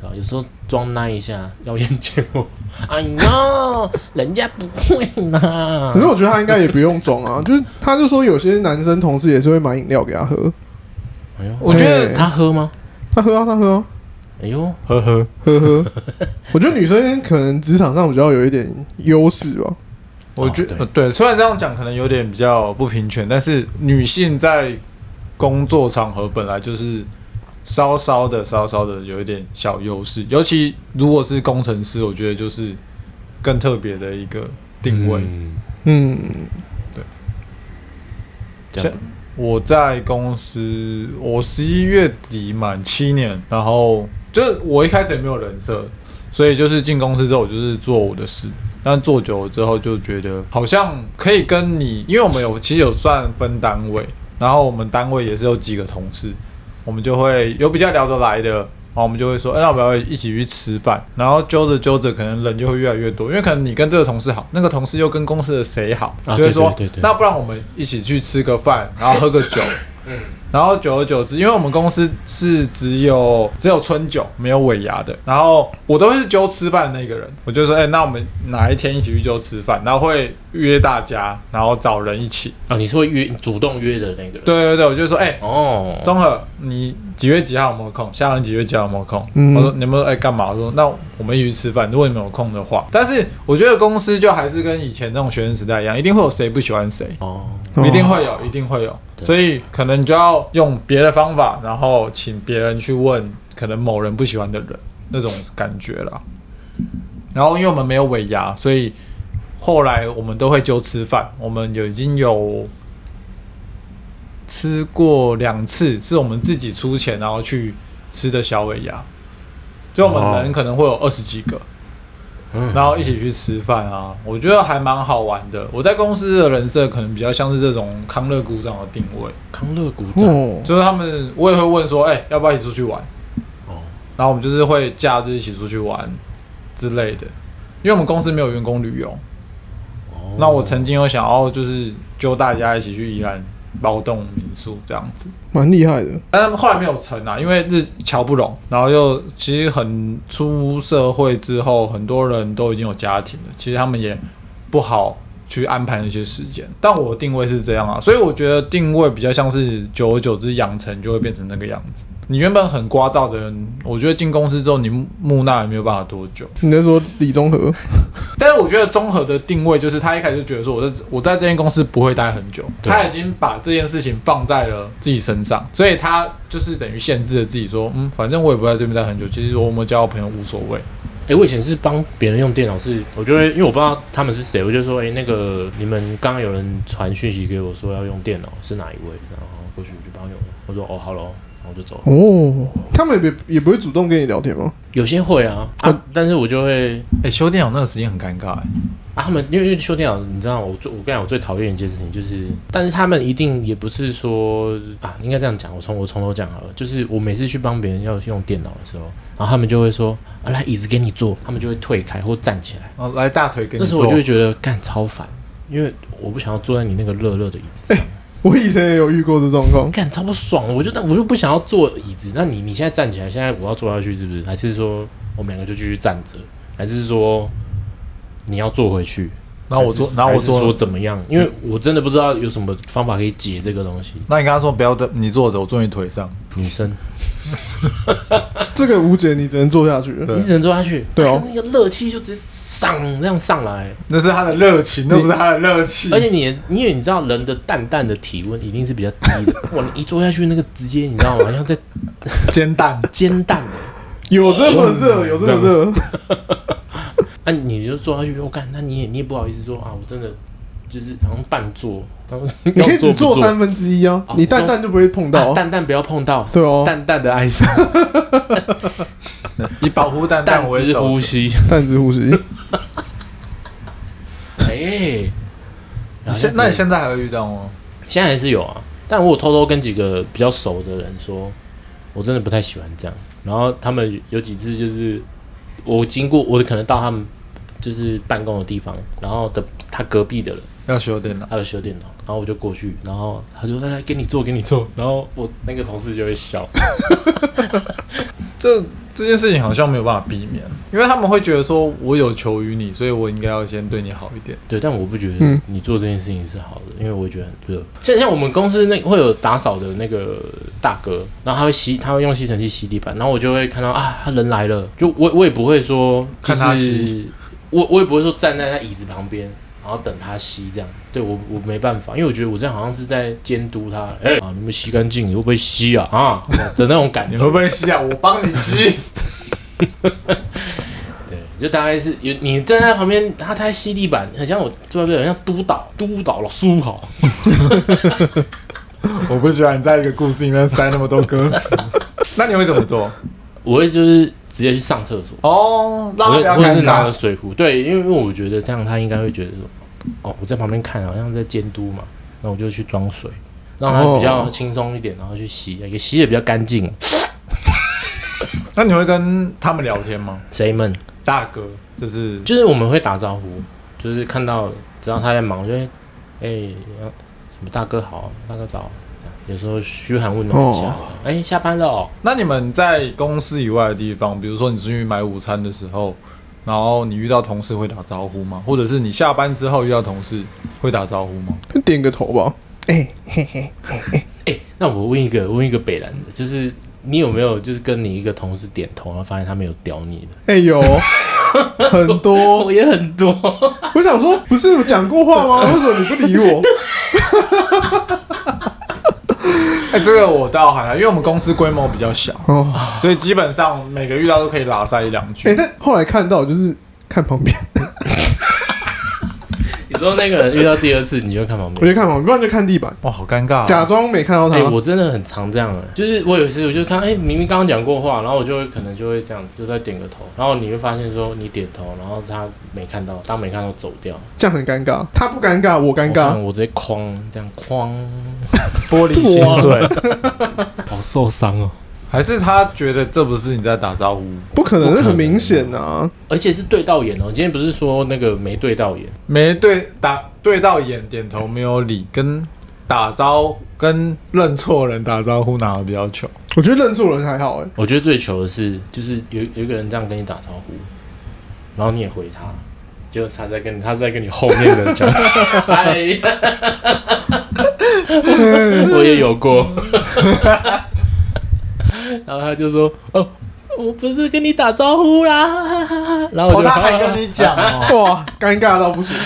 Speaker 2: 对吧？有时候装那一下妖艳贱 货，哎呦，人家不会啦
Speaker 1: 只，是我觉得他应该也不用装啊，就是他就说有些男生同事也是会买饮料给他喝，
Speaker 2: 哎呦，
Speaker 3: 我觉
Speaker 1: 哎
Speaker 3: 得
Speaker 2: 她喝吗？
Speaker 1: 他喝啊，他喝啊，
Speaker 2: 哎呦，
Speaker 3: 呵呵，
Speaker 1: 呵呵。我觉得女生可能职场上比较有一点优势吧，
Speaker 3: 我觉
Speaker 2: 哦对
Speaker 3: 得、呃对，虽然这样讲可能有点比较不平权，但是女性在工作场合本来就是稍稍的、稍稍的有一点小优势，尤其如果是工程师，我觉得就是更特别的一个定位。
Speaker 2: 嗯
Speaker 1: 嗯，
Speaker 2: 这样
Speaker 3: 像我在公司，我十一月底满七年，然后就是我一开始也没有人设，所以就是进公司之后，我就是做我的事。但做久了之后，就觉得好像可以跟你，因为我们有其实有算分单位，然后我们单位也是有几个同事，我们就会有比较聊得来的，然后我们就会说，哎、那我们要不要一起去吃饭？然后揪着揪着，可能人就会越来越多，因为可能你跟这个同事好，那个同事又跟公司的谁好，
Speaker 2: 啊
Speaker 3: 就会说，
Speaker 2: 对对对对
Speaker 3: 那不然我们一起去吃个饭，然后喝个酒。然后久而久之，因为我们公司是只有只有春酒，没有尾牙的，然后我都会是揪吃饭的那个人，我就说，哎、那我们哪一天一起去揪吃饭？然后会约大家，然后找人一起。
Speaker 2: 哦，你是会约主动约的那个人，
Speaker 3: 对对对，我就说，哎、
Speaker 2: 哦，
Speaker 3: 综合，你几月几号有没有空？下个人几月几号有没有空？
Speaker 1: 嗯
Speaker 3: 我说你们哎干嘛？我说那我们一起去吃饭，如果你们有空的话。但是我觉得公司就还是跟以前那种学生时代一样，一定会有谁不喜欢谁，
Speaker 2: 哦，
Speaker 1: 哦
Speaker 3: 一定会有，一定会有。所以可能你就要用别的方法，然后请别人去问，可能某人不喜欢的人那种感觉啦。然后因为我们没有尾牙，所以后来我们都会就吃饭，我们有已经有吃过两次，是我们自己出钱然后去吃的小尾牙，就我们人可能会有二十几个，
Speaker 2: 嗯
Speaker 3: 然后一起去吃饭啊，我觉得还蛮好玩的。我在公司的人设可能比较像是这种康乐股长的定位，
Speaker 2: 康乐鼓掌，
Speaker 1: 哦，
Speaker 3: 就是他们我也会问说，哎、要不要一起出去玩？
Speaker 2: 哦，
Speaker 3: 然后我们就是会假日一起出去玩之类的，因为我们公司没有员工旅游。
Speaker 2: 哦
Speaker 3: 那我曾经有想要就是揪大家一起去宜兰包栋民宿这样子，
Speaker 1: 蛮厉害的，
Speaker 3: 但是后来没有成啊，因为日侨不容，然后又其实很出社会之后，很多人都已经有家庭了，其实他们也不好去安排那些时间。但我的定位是这样啊，所以我觉得定位比较像是久而久之养成就会变成那个样子。你原本很聒噪的人，我觉得进公司之后你木讷也没有办法多久。
Speaker 1: 你在说李宗和，
Speaker 3: 但是我觉得综合的定位就是他一开始就觉得说我在我在这间公司不会待很久，
Speaker 2: 对
Speaker 3: 他已经把这件事情放在了自己身上，所以他就是等于限制了自己说，嗯，反正我也不在这边待很久，其实我有没有交到朋友无所谓。
Speaker 2: 哎，我以前是帮别人用电脑，是我就会因为我不知道他们是谁，我就说，哎，那个你们刚刚有人传讯息给我说要用电脑，是哪一位？然后过去我就帮他用了，我说哦，好咯，然后我就走了。
Speaker 1: 哦，他们也不也不会主动跟你聊天吗？
Speaker 2: 有些会啊，啊，但是我就会
Speaker 3: 哎、修电脑那个时间很尴尬、欸，
Speaker 2: 啊，他们因为因为修电脑，你知道我最我跟你讲我最讨厌一件事情就是，但是他们一定也不是说啊，应该这样讲，我从我从头讲好了，就是我每次去帮别人要用电脑的时候，然后他们就会说啊，来椅子给你坐，他们就会退开或站起来，
Speaker 3: 哦，来大腿给
Speaker 2: 那
Speaker 3: 你
Speaker 2: 时候
Speaker 3: 坐
Speaker 2: 我就会觉得干超烦，因为我不想要坐在你那个热热的椅子 上，
Speaker 1: 我以前也有遇过这状况，
Speaker 2: 干、超不爽的，我就但我就不想要坐椅子，那你你现在站起来，现在我要坐下去是不是？还是说我们两个就继续站着，还是说你要坐回去？
Speaker 3: 然后我坐，然后
Speaker 2: 还
Speaker 3: 我
Speaker 2: 是说
Speaker 3: 坐，
Speaker 2: 怎么样？因为我真的不知道有什么方法可以解这个东西。
Speaker 3: 那你跟他说不要对，你坐着，我坐你腿上。
Speaker 2: 女生，
Speaker 1: 这个无解，你只能做下去了。
Speaker 3: 对嗯
Speaker 2: 你只能坐下去，啊
Speaker 1: 对哦
Speaker 2: 那个热气就直接上这样上来，
Speaker 3: 那是他的热情，那不是他的热气。
Speaker 2: 而且你，因为你知道人的淡淡的体温一定是比较低的，哇，你一坐下去那个直接你知道吗？像在
Speaker 3: 煎蛋，
Speaker 2: 煎蛋欸
Speaker 1: 有这么热，有这么热，
Speaker 2: 啊，你就坐下去，我干，那你也你也不好意思说啊，我真的就是好像半坐，刚你
Speaker 1: 你可以只做三分之一啊
Speaker 2: 哦，
Speaker 1: 你蛋蛋就不会碰到
Speaker 2: 啊，
Speaker 1: 啊，
Speaker 2: 淡淡不要碰到，
Speaker 1: 对哦，
Speaker 2: 淡淡的哀伤，
Speaker 3: 以保护蛋蛋
Speaker 2: 淡
Speaker 3: 为
Speaker 2: 之
Speaker 3: 首
Speaker 2: 呼
Speaker 3: 则。
Speaker 2: 吸，
Speaker 1: 蛋之呼吸，
Speaker 2: 哎，
Speaker 3: 你现那你现在还会遇到吗？
Speaker 2: 现在还是有啊，但我有偷偷跟几个比较熟的人说，我真的不太喜欢这样。然后他们有几次就是我经过，我可能到他们就是办公的地方，然后的他隔壁的人。
Speaker 3: 要修电脑，
Speaker 2: 他有修电脑，然后我就过去，然后他就来来给你做，给你做，然后我那个同事就会笑，
Speaker 3: 这这件事情好像没有办法避免，因为他们会觉得说我有求于你，所以我应该要先对你好一点。
Speaker 2: 对，但我不觉得
Speaker 1: 嗯
Speaker 2: 你做这件事情是好的，因为我觉得很热。像像我们公司那会有打扫的那个大哥，然后他会吸，他会用吸尘器吸地板，然后我就会看到啊，他人来了，就我我也不会说、就是、
Speaker 3: 看他吸，
Speaker 2: 我我也不会说站在他椅子旁边。然后等他吸，这样对我我没办法，因为我觉得我这样好像是在监督他，哎、啊，你们吸干净，你会不会吸啊啊的那种感觉
Speaker 3: 你。会不会吸啊？我帮你吸。
Speaker 2: 对，就大概是有你站在旁边，他他在吸地板，很像我对不对？很像督导督导了苏好，
Speaker 3: 我不喜欢你在一个故事里面塞那么多歌词。 那你会怎么做？
Speaker 2: 我会就是直接去上厕所，
Speaker 3: 哦，
Speaker 2: 我会
Speaker 3: 让他不要
Speaker 2: 我也是
Speaker 3: 尴
Speaker 2: 拿着
Speaker 3: 尬。
Speaker 2: 水壶，对，因为因为我觉得这样他应该会觉得说，哦，我在旁边看好像在监督嘛，那我就去装水，让他比较轻松一点，然后去洗，也洗的比较干净。
Speaker 3: 那你会跟他们聊天吗？
Speaker 2: 谁们
Speaker 3: 大哥，就是
Speaker 2: 就是我们会打招呼，就是看到只要他在忙，就会哎、啊什么大哥好，大哥早，有时候嘘寒问暖一下
Speaker 1: 哦，
Speaker 2: 哎、下班了哦。
Speaker 3: 那你们在公司以外的地方，比如说你出去买午餐的时候，然后你遇到同事会打招呼吗？或者是你下班之后遇到同事会打招呼吗？
Speaker 1: 点个头吧。哎、嘿嘿，
Speaker 2: 哎、那我问一个，问一个北兰的，就是你有没有就是跟你一个同事点头，然后发现他没有屌你的？
Speaker 1: 哎、有很多，
Speaker 2: 也很多，
Speaker 1: 我想说，不是有讲过话吗？为什么你不理我？
Speaker 3: 哎、这个我倒还好，因为我们公司规模比较小，
Speaker 1: 哦，
Speaker 3: 所以基本上每个遇到都可以拉塞一两
Speaker 1: 哎、
Speaker 3: 句。
Speaker 1: 但后来看到就是看旁边，
Speaker 2: 你说那个人遇到第二次，你就看旁
Speaker 1: 我
Speaker 2: 边。
Speaker 1: 就看旁边，不然就看地板，
Speaker 3: 哇，好尴尬、
Speaker 1: 假
Speaker 3: 啊！
Speaker 1: 装没看到他。
Speaker 2: 哎、我真的很常这样哎，就是我有时我就看，哎、明明刚刚讲过话，然后我就会可能就会这样，就再点个头，然后你会发现说你点头，然后他没看到，当没看到走掉，
Speaker 1: 这样很尴尬，他不尴尬，我尴
Speaker 2: 我这样
Speaker 1: 尬。
Speaker 2: 我直接哐这样哐，
Speaker 3: 玻璃心碎，
Speaker 2: 好受伤哦，
Speaker 3: 还是他觉得这不是你在打招呼？
Speaker 1: 不可能，很明显啊！
Speaker 2: 而且是对到眼哦，今天不是说那个没对到眼，
Speaker 3: 没对打对到眼，点头没有理，跟打招呼跟认错人打招呼哪个比较糗？
Speaker 1: 我觉得认错人还好、哎，
Speaker 2: 我觉得最糗的是，就是有有一个人这样跟你打招呼，然后你也回他，结果他在跟他在跟你后面的讲，哎呀，我也有过， 然后他就说，哦，我不是跟你打招呼啦，然后我就、
Speaker 3: 哦，他还跟你讲 哦，
Speaker 1: 哇，尴尬到不行。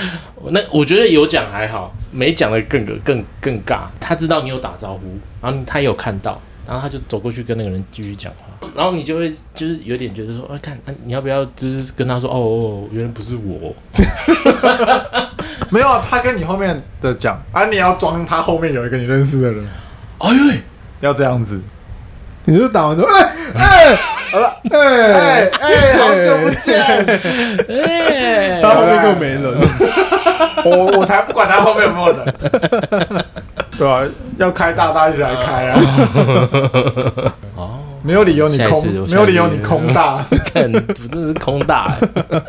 Speaker 2: 那我觉得有讲还好，没讲的更更更尬。他知道你有打招呼，然后他也有看到，然后他就走过去跟那个人继续讲话，然后你就会就是有点觉得说，哎、看、啊你要不要就是跟他说，哦哦，原来不是 我，
Speaker 3: 没有啊，他跟你后面的讲啊，你要装他后面有一个你认识的人，
Speaker 2: 哎呦，
Speaker 3: 要这样子。
Speaker 1: 你就打完就哎
Speaker 3: 好了，
Speaker 1: 哎
Speaker 3: 哎
Speaker 1: 哎，
Speaker 3: 哎，好久不见，
Speaker 2: 哎、
Speaker 1: 然后后面就没人。
Speaker 3: 我我才不管他后面有没有 人，对啊，要开大大一起来开 啊，
Speaker 2: 哦，
Speaker 3: 没有理由你
Speaker 2: 下一次我下
Speaker 3: 空，
Speaker 2: 次
Speaker 3: 没有理由你空大，
Speaker 2: 看，我真的是空大、欸，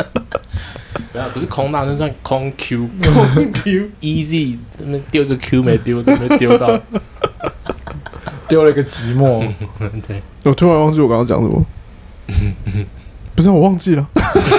Speaker 2: 不要不是空大，那算空 Q，空 Q，easy，那边丢个 Q 没丢，没丢到，
Speaker 3: 丢了一个寂寞。
Speaker 2: 对。
Speaker 1: 我突然忘记我刚刚讲什么，不是我忘记了。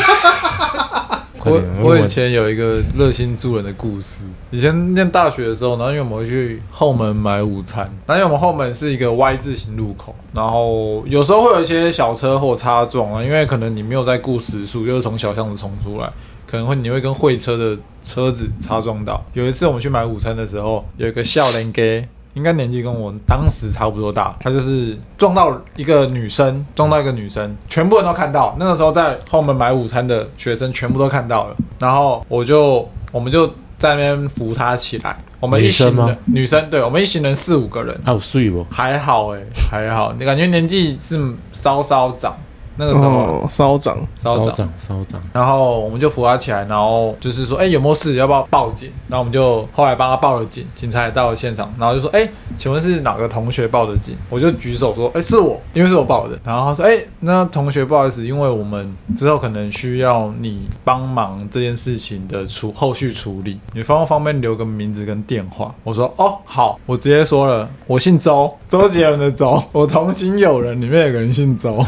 Speaker 2: 快
Speaker 3: 我
Speaker 2: 点
Speaker 3: 我以前有一个热心助人的故事。以前念大学的时候，然后因为我们会去后门买午餐，然后因为我们后门是一个 Y 字形路口，然后有时候会有一些小车祸擦撞啊，因为可能你没有在顾时速，就是从小巷子冲出来，可能会你会跟会车的车子擦撞到。有一次我们去买午餐的时候，有一个笑脸给。应该年纪跟我当时差不多大，他就是撞到一个女生，撞到一个女生，全部人都看到。那个时候在后门买午餐的学生全部都看到了，然后我就我们就在那边扶她起来。我们一行
Speaker 2: 女
Speaker 3: 人
Speaker 2: 生吗？
Speaker 3: 女生对，我们一行人四五个人，欸
Speaker 2: 还有睡不？
Speaker 3: 还好哎、还好。你感觉年纪是稍稍长，那个什么
Speaker 1: 哦，稍长，
Speaker 3: 稍长，
Speaker 2: 长稍长，
Speaker 3: 然后我们就扶他起来，然后就是说，哎、有没有事？要不要报警？然后我们就后来帮他报了警，警察也到了现场，然后就说，哎、请问是哪个同学报的警？我就举手说，哎、是我，因为是我报的。然后他说，哎、那同学不好意思，因为我们之后可能需要你帮忙这件事情的处后续处理，你方不方便留个名字跟电话？我说，哦，好，我直接说了，我姓 周，周杰伦的周，我同行友人里面有个人姓周。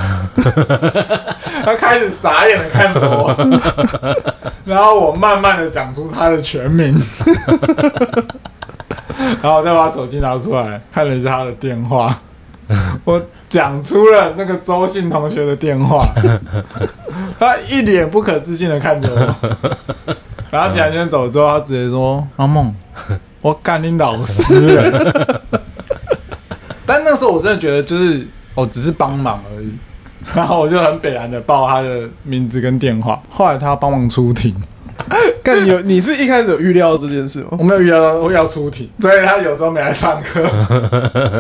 Speaker 3: 他开始傻眼的看着我， 然后我慢慢的讲出他的全名， 然后我再把手机拿出来看了一下他的电话，我讲出了那个周信同学的电话，他一脸不可置信的看着我，然后蒋先走之后，他直接说：“阿梦，我干你老师了。” 但那时候我真的觉得就是哦，只是帮忙而已。 然后我就很北然的报他的名字跟电话。后来他帮忙出庭，
Speaker 1: 看你有，你是一开始有预料到这件事吗？
Speaker 3: 我没有约到要出庭，所以他有时候没来上课。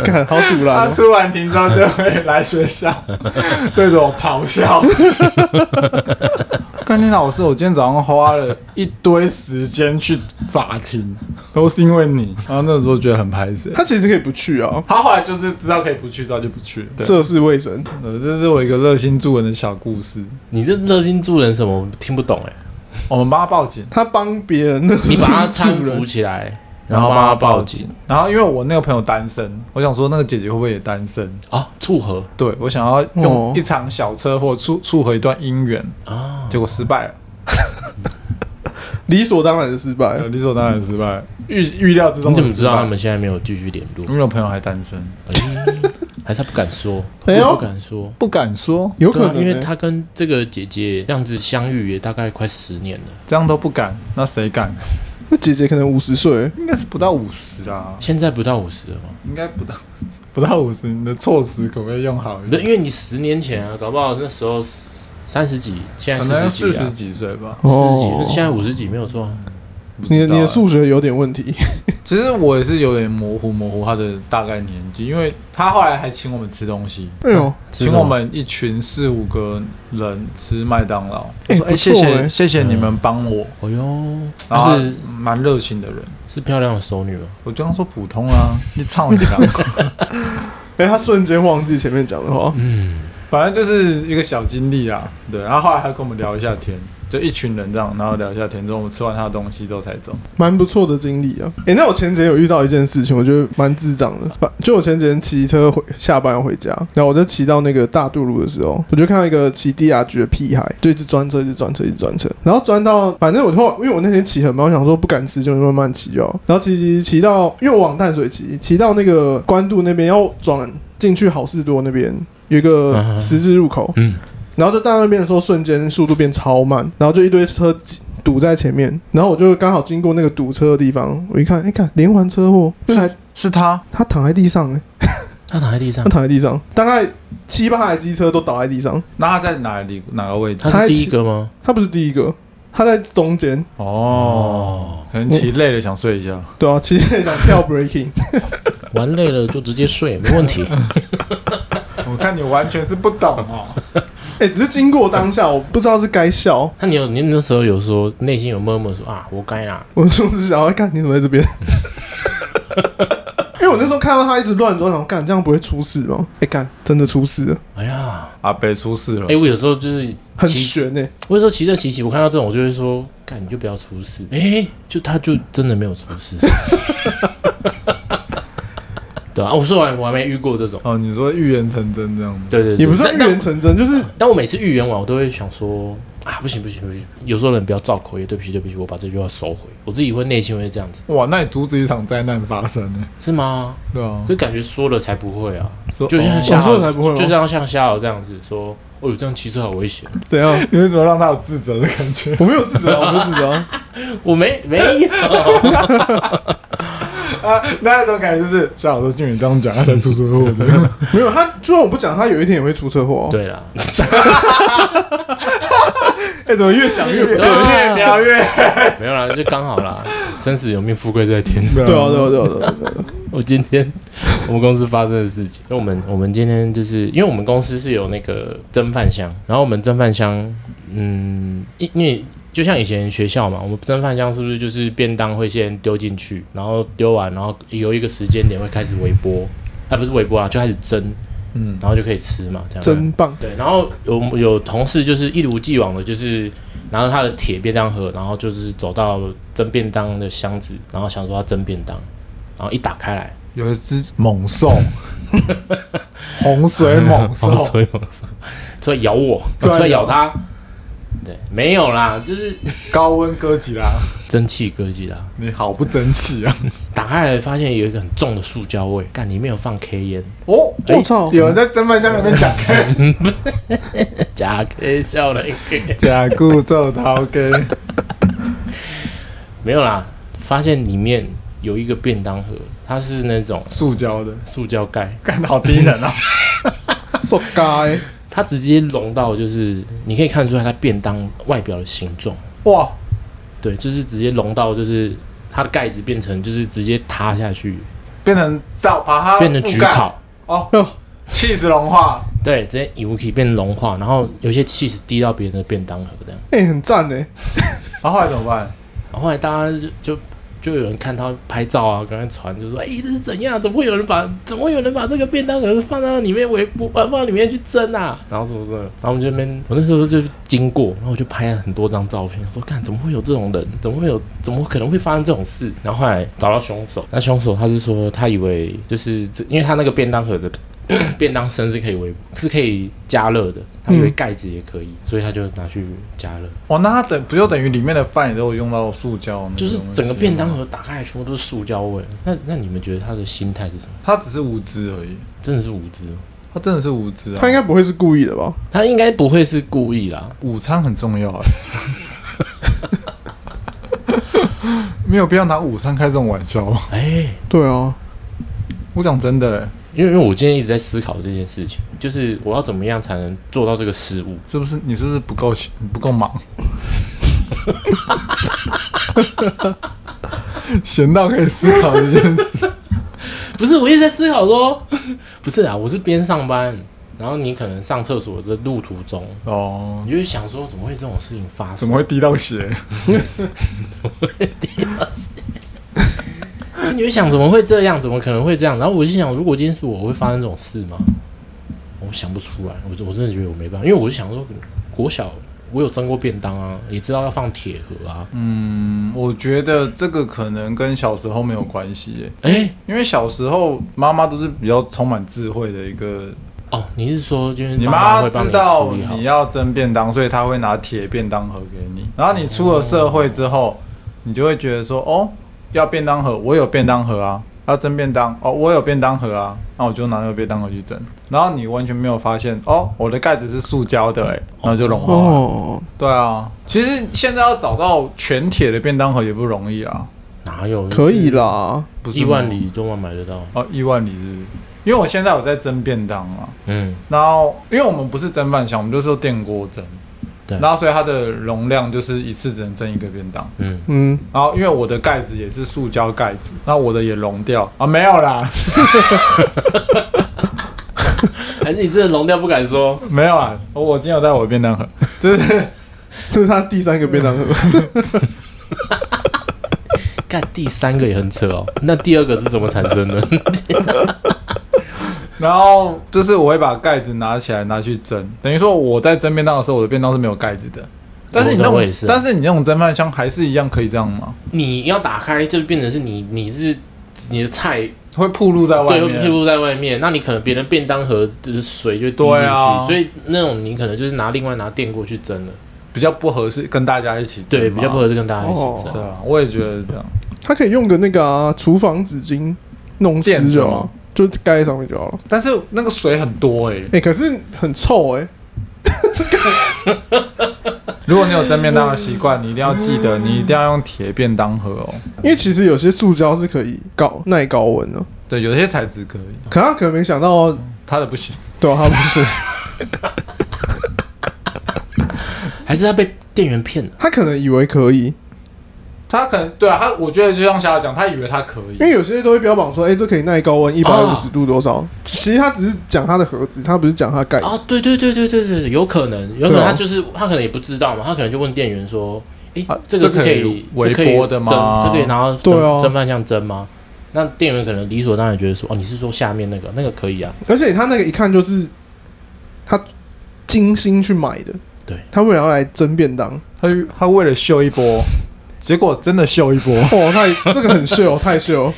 Speaker 1: 看，好堵哦
Speaker 3: 他
Speaker 1: 啦！
Speaker 3: 出完庭之后就会来学校，对着我咆哮。甘霖老师，我今天早上花了一堆时间去法庭，都是因为你。然后那时候觉得很拍死。
Speaker 1: 他其实可以不去啊，
Speaker 3: 他后来就是知道可以不去，之后就不去了。对，
Speaker 1: 涉世未深。
Speaker 3: 呃这是我一个热心助人的小故事。
Speaker 2: 你这热心助人什么我听不懂哎、
Speaker 3: 我们帮他报警，
Speaker 1: 他帮别人那
Speaker 2: 你把他
Speaker 1: 是助
Speaker 2: 搀
Speaker 1: 人
Speaker 2: 扶起来，
Speaker 3: 然后
Speaker 2: 帮
Speaker 3: 帮他
Speaker 2: 他
Speaker 3: 报
Speaker 2: 报
Speaker 3: 警
Speaker 2: 警。
Speaker 3: 然后因为我那个朋友单身，我想说那个姐姐会不会也单身？
Speaker 2: 啊，撮合
Speaker 3: 对我想要
Speaker 1: 哦哦
Speaker 3: 用一场小车祸促促合一段姻缘，
Speaker 2: 啊，
Speaker 3: 结果失败了，
Speaker 1: 理所当然的失败
Speaker 3: 呃，理所当然失败了，预预料之中
Speaker 2: 你怎
Speaker 3: 的
Speaker 2: 么知
Speaker 3: 失
Speaker 2: 道他
Speaker 3: 败。
Speaker 2: 们现在没有继续联络？
Speaker 3: 因为我朋友还单身，
Speaker 2: 还是他不敢说？
Speaker 1: 哎呦
Speaker 2: 他不敢说。
Speaker 3: 不敢说，
Speaker 1: 有
Speaker 2: 对
Speaker 1: 可
Speaker 2: 啊，
Speaker 1: 能、
Speaker 2: 因为
Speaker 1: 欸
Speaker 2: 他跟这个姐姐这样子相遇也大概快十年了。
Speaker 3: 这样都不敢，那谁敢？
Speaker 1: 那姐姐可能五十岁，
Speaker 3: 应该是不到五十啦，
Speaker 2: 现在不到五十了吗？
Speaker 3: 应该不到 不到五十。你的措辞可不可以用好一
Speaker 2: 不是，
Speaker 3: 点？
Speaker 2: 因为你十年前啊，搞不好那时候三十几，现在
Speaker 3: 可能
Speaker 2: 四
Speaker 3: 四
Speaker 2: 十几啊，
Speaker 3: 十几岁吧。
Speaker 2: 四十几，
Speaker 1: 哦
Speaker 2: 那现在五十几没有错啊。
Speaker 3: 不知
Speaker 1: 你的
Speaker 3: 道
Speaker 1: 你的
Speaker 3: 欸
Speaker 1: 数学有点问题，
Speaker 3: 其实我也是有点模糊模糊他的大概年纪，因为他后来还请我们吃东西，
Speaker 1: 哎呦，
Speaker 2: 吃
Speaker 3: 请
Speaker 2: 什么
Speaker 3: 我们一群四五个人吃麦当劳。
Speaker 1: 哎
Speaker 3: 我说哎、
Speaker 1: 不错
Speaker 3: 谢谢、
Speaker 1: 哎
Speaker 3: 谢谢你们帮我，
Speaker 2: 哦哟，
Speaker 3: 然
Speaker 2: 她
Speaker 3: 后
Speaker 2: 是
Speaker 3: 他蛮热情的人。
Speaker 2: 是漂亮的熟女吗？啊
Speaker 3: 我就刚说普通啊，你操你娘！
Speaker 1: 哎、他瞬间忘记前面讲的话，
Speaker 2: 嗯，
Speaker 3: 反正就是一个小经历啊。对，然后后来还跟我们聊一下天，就一群人这样，然后聊一下天之后，我们吃完他的东西之后才走。
Speaker 1: 蛮不错的经历啊。哎、那我前几天有遇到一件事情，我觉得蛮智障的。反就我前几天骑车回下班回家，然后我就骑到那个大渡路的时候，我就看到一个骑 D R G 的屁孩，就一直钻车，一直钻车，一直钻车，然后钻到反正我后，因为我那天骑很慢，我想说不敢吃，就慢慢骑哦。然后骑骑骑到，因为我往淡水骑，骑到那个关渡那边要转进去好事多那边有一个十字路口，
Speaker 2: 嗯
Speaker 1: 然后就到那边的时候，瞬间速度变超慢，然后就一堆车挤堵在前面，然后我就刚好经过那个堵车的地方，我一看，哎、看连环车祸，那台
Speaker 3: 是他，
Speaker 1: 他躺在地上、
Speaker 2: 嗯
Speaker 1: 哎，
Speaker 2: 她躺在地上
Speaker 1: 他，躺在地上，大概七八台机车都倒在地上，
Speaker 3: 那他在哪里哪个位置？
Speaker 2: 她是第一个吗？
Speaker 1: 他不是第一个，他在中间，
Speaker 3: 哦，
Speaker 2: 哦，
Speaker 3: 可能骑累了想睡一下。
Speaker 1: 对啊，其实也想跳 breaking，
Speaker 2: 玩累了就直接睡，没问题。
Speaker 3: 我看你完全是不懂哦。
Speaker 1: 哎、只是经过当下，我不知道是该笑，
Speaker 2: 那你有你那时候有说内心有默默说啊，活该啦，
Speaker 1: 我说是想要看你怎么在这边。 因为我那时候看到他一直乱转，然后干这样不会出事吗？哎、干真的出事了，
Speaker 2: 哎呀，
Speaker 3: 阿北出事了
Speaker 2: 哎、，我有时候就是
Speaker 1: 很
Speaker 2: 骑，
Speaker 1: 悬哎、
Speaker 2: 我有时候骑着骑骑，我看到这种，我就会说，干你就不要出事。哎、就他就真的没有出事。 对啊，我说完我还没遇过这种。
Speaker 3: 哦，你说预言成真这样子。
Speaker 2: 对对对，
Speaker 1: 也不算
Speaker 2: 但
Speaker 1: 预
Speaker 2: 但
Speaker 1: 言成真，就是
Speaker 2: 但我每次预言完，我都会想说啊，不行不行不行，有时候人不要造口业，对不起对不起，我把这句话收回，我自己会内心会这样子，
Speaker 3: 哇，那你阻止一场灾难发生呢、
Speaker 2: 是吗？
Speaker 3: 对啊，
Speaker 2: 可感觉说了才不会啊，
Speaker 3: 说哦
Speaker 2: 就像
Speaker 1: 想
Speaker 2: 夏
Speaker 1: 哦说
Speaker 2: 豪
Speaker 1: 了才不会吗
Speaker 2: 就像像夏豪这样子说，哦呦，这样骑车好危险，
Speaker 1: 怎样？
Speaker 3: 你为什么让他有自责的感觉？
Speaker 1: 我没有自责啊，我没有自责啊。
Speaker 2: 我没没有。
Speaker 3: 啊，那种感觉就是夏老师俊宇这样讲，他才出车祸 的。
Speaker 1: 没有，他就算我不讲，他有一天也会出车祸、哦。，
Speaker 2: 对啦，
Speaker 1: 哎、怎么越讲越
Speaker 3: 越
Speaker 1: 对啊，
Speaker 3: 越描 越
Speaker 2: 没有啦，就刚好啦，生死有命，富贵在天。
Speaker 1: 对啊，对啊，对啊，对啊。
Speaker 2: 我我今天我们公司发生的事情。因为我们我们今天就是因为我们公司是有那个蒸饭箱，然后我们蒸饭箱，嗯，因因为就像以前学校嘛，我们蒸饭箱是不是就是便当会先丢进去，然后丢完，然后有一个时间点会开始微波，啊，不是微波啊，就开始蒸，
Speaker 3: 嗯，
Speaker 2: 然后就可以吃嘛，这样。
Speaker 1: 真棒！
Speaker 2: 对，然后有有同事就是一如既往的，就是拿着他的铁便当盒，然后就是走到蒸便当的箱子，然后想说要蒸便当，然后一打开来，
Speaker 3: 有一只 猛兽，洪水猛兽，
Speaker 2: 以猛兽，出来咬我， 出来咬他。对，没有啦，就是
Speaker 3: 高温哥吉拉，
Speaker 2: 蒸汽哥吉拉。
Speaker 3: 你好不争气啊！
Speaker 2: 打开来发现有一个很重的塑胶味，干里面有放 K 烟，
Speaker 3: 哦，
Speaker 1: 我操，
Speaker 3: 有人在蒸饭箱里面讲
Speaker 2: 假 K 笑了一个，
Speaker 3: 假故奏涛哥，
Speaker 2: 没有啦，发现里面有一个便当盒，它是那种
Speaker 3: 塑胶的，
Speaker 2: 塑胶盖，
Speaker 3: 干好低能啊！
Speaker 1: so 该
Speaker 2: 它直接融到，就是你可以看出来它便当外表的形状，
Speaker 3: 哇，
Speaker 2: 对，就是直接融到，就是它的盖子变成就是直接塌下去，
Speaker 3: 变成造把它
Speaker 2: 变成焗
Speaker 3: 覆盖
Speaker 2: 烤，
Speaker 3: 哦，
Speaker 1: 哟，
Speaker 3: 气死融化，
Speaker 2: 对，直接 yuki 变融化，然后有些 cheese 滴到别人的便当盒这样。
Speaker 1: 哎、很赞呢。
Speaker 3: 然后后来怎么办？
Speaker 2: 然后后来大家就就就有人看他拍照啊，赶快传，就说：“哎、这是怎样？怎么会有人把怎么会有人把这个便当盒放到里面微波，呃，放到里面去蒸啊？”然后什么什么，然后我们这边我那时候就经过，然后我就拍了很多张照片，说：“看，怎么会有这种人？怎么会有？怎么可能会发生这种事？”然后后来找到凶手，那凶手他是说他以为就是这，因为他那个便当盒的。便当身是可以微是可以加热的，他以为
Speaker 1: 嗯
Speaker 2: 盖子也可以，所以他就拿去加热。
Speaker 3: 哇，哦那它等不就等于里面的饭也都有用到塑胶那东西
Speaker 2: 就
Speaker 3: 吗？
Speaker 2: 是整个便当盒打开来全部都是塑胶味。那那你们觉得他的心态是什么？
Speaker 3: 它只是无知而已，
Speaker 2: 真的是无知哦，
Speaker 3: 它真的是无知啊！
Speaker 1: 他应该不会是故意的吧？
Speaker 2: 他应该不会是故意啦。
Speaker 3: 午餐很重要、欸， 没有必要拿午餐开这种玩笑。
Speaker 2: 哎、
Speaker 1: 对啊，
Speaker 3: 我讲真的、欸，
Speaker 2: 因为因为我今天一直在思考这件事情，就是我要怎么样才能做到这个失误？
Speaker 3: 是不是你是不是不够勤不够忙？ 闲到可以思考这件事，
Speaker 2: 不是，我一直在思考说， 不是啊，我是边上班，然后你可能上厕所的路途中，
Speaker 3: 哦，
Speaker 2: 你就想说怎么会这种事情发
Speaker 3: 怎
Speaker 2: 生？
Speaker 3: 么会滴到血？
Speaker 2: 你会想怎么会这样？怎么可能会这样？然后我就想，如果今天是我，我会发生这种事吗？我想不出来，我我真的觉得我没办法，因为我就想说，国小我有蒸过便当啊，也知道要放铁盒啊。
Speaker 3: 嗯，我觉得这个可能跟小时候没有关系、欸，
Speaker 2: 哎、
Speaker 3: 因为小时候妈妈都是比较充满智慧的一个
Speaker 2: 哦，你是说就是
Speaker 3: 你
Speaker 2: 妈
Speaker 3: 妈
Speaker 2: 会帮
Speaker 3: 知
Speaker 2: 处
Speaker 3: 道
Speaker 2: 理好
Speaker 3: 你？要蒸便当，所以她会拿铁便当盒给你。然后你出了社会之后，你就会觉得说，哦，要便当盒，我有便当盒啊；要蒸便当，哦，我有便当盒啊，那我就拿那个便当盒去蒸。然后你完全没有发现，哦，我的盖子是塑胶的、欸，然后就融化了。
Speaker 1: 哦，
Speaker 3: 对啊，其实现在要找到全铁的便当盒也不容易啊，
Speaker 2: 哪有
Speaker 1: 可以？啦，
Speaker 3: 不是
Speaker 2: 一
Speaker 3: 吗
Speaker 2: 万里中万买得到。
Speaker 3: 哦，一万里是不是？因为我现在有在蒸便当啊，
Speaker 2: 嗯，
Speaker 3: 然后，因为我们不是蒸饭箱，我们就是用电锅蒸。
Speaker 2: 对
Speaker 3: 然后所以它的容量就是一次只能蒸一个便当。
Speaker 2: 嗯，
Speaker 1: 嗯，
Speaker 3: 然后因为我的盖子也是塑胶盖子，那我的也融掉啊，没有啦，
Speaker 2: 还是你真的聋掉不敢说？
Speaker 3: 没有啦，我今天有带我的便当盒，就是
Speaker 1: 这是他第三个便当盒，
Speaker 2: 干第三个也很扯哦，那第二个是怎么产生的？
Speaker 3: 然后就是我会把盖子拿起来拿去蒸，等于说我在蒸便当的时候，我的便当是没有盖子的。但是你那
Speaker 2: 我
Speaker 3: 种，
Speaker 2: 我也是啊
Speaker 3: 但是你那种蒸饭箱还是一样可以这样吗？
Speaker 2: 你要打开就变成是你你是你的菜
Speaker 3: 会暴露在外
Speaker 2: 对，会
Speaker 3: 面
Speaker 2: 屁，股在外面，那你可能别人便当盒就是水就会滴进去，
Speaker 3: 对啊
Speaker 2: 所以那种你可能就是拿另外拿电锅去蒸了，
Speaker 3: 比较不合适跟大家一起蒸嘛。
Speaker 2: 对，比较不合适跟大家一起
Speaker 1: 哦
Speaker 2: 蒸。
Speaker 3: 对啊，我也觉得这样。
Speaker 1: 他可以用个那个啊厨房纸巾弄湿就
Speaker 3: 垫着
Speaker 1: 好
Speaker 3: 吗，
Speaker 1: 就盖在上面就好了。
Speaker 3: 但是那个水很多哎、
Speaker 1: 哎、可是很臭哎、
Speaker 3: 如果你有蒸便当的习惯，你一定要记得，你一定要用铁便当盒哦。
Speaker 1: 因为其实有些塑胶是可以高耐高温的、
Speaker 3: 对，有些材质可以，
Speaker 1: 可他可能没想到，
Speaker 3: 它的不行。
Speaker 1: 对、啊，他不 是，
Speaker 2: 还是他被店员骗了，
Speaker 1: 他可能以为可以，
Speaker 3: 他可能对啊，他我觉得就像小雅讲，他以为他可以
Speaker 1: 因，为有些都会标榜说，哎、这可以耐高温，一百五十度多少？其实他只是讲它的盒子，他不是讲它盖子。
Speaker 2: 啊，对对对对对对，有可能，有可
Speaker 1: 对
Speaker 2: 能
Speaker 1: 啊
Speaker 2: 他就是、他可能也不知道嘛，他可能就问店员说，诶，
Speaker 3: 啊
Speaker 2: 这个
Speaker 3: 这
Speaker 2: 是
Speaker 3: 可以
Speaker 2: 以
Speaker 3: 微
Speaker 2: 这可以
Speaker 3: 波的吗
Speaker 2: 蒸这可以拿到
Speaker 1: 对啊
Speaker 2: 蒸蒸饭箱蒸吗？那店员可能理所当然觉得说，哦，你是说下面那个那个可以啊？
Speaker 1: 而且他那个一看就是他精心去买的，
Speaker 2: 对，
Speaker 1: 他为了要来蒸便当，
Speaker 3: 他他为了秀一波，结果真的秀一波，
Speaker 1: 哦，太这个很 秀，太秀，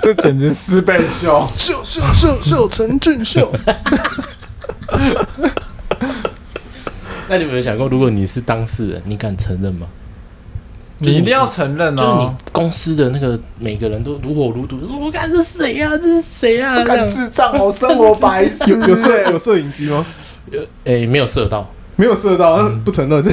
Speaker 3: 这简直四倍秀。
Speaker 1: 秀秀秀秀，陈俊秀，
Speaker 2: 那你有没有想过，如果你是当事人，你敢承认吗？
Speaker 3: 你一定要承认
Speaker 2: 就是你
Speaker 3: 哦，
Speaker 2: 公司的那个每个人都如火如荼，说我看这是谁呀、这是谁呀、这
Speaker 3: 干
Speaker 2: 样
Speaker 3: 智障哦，生活白痴
Speaker 1: 有。有摄有摄影机吗？
Speaker 2: 诶、哎没有射到，
Speaker 1: 没有射到，他不承认。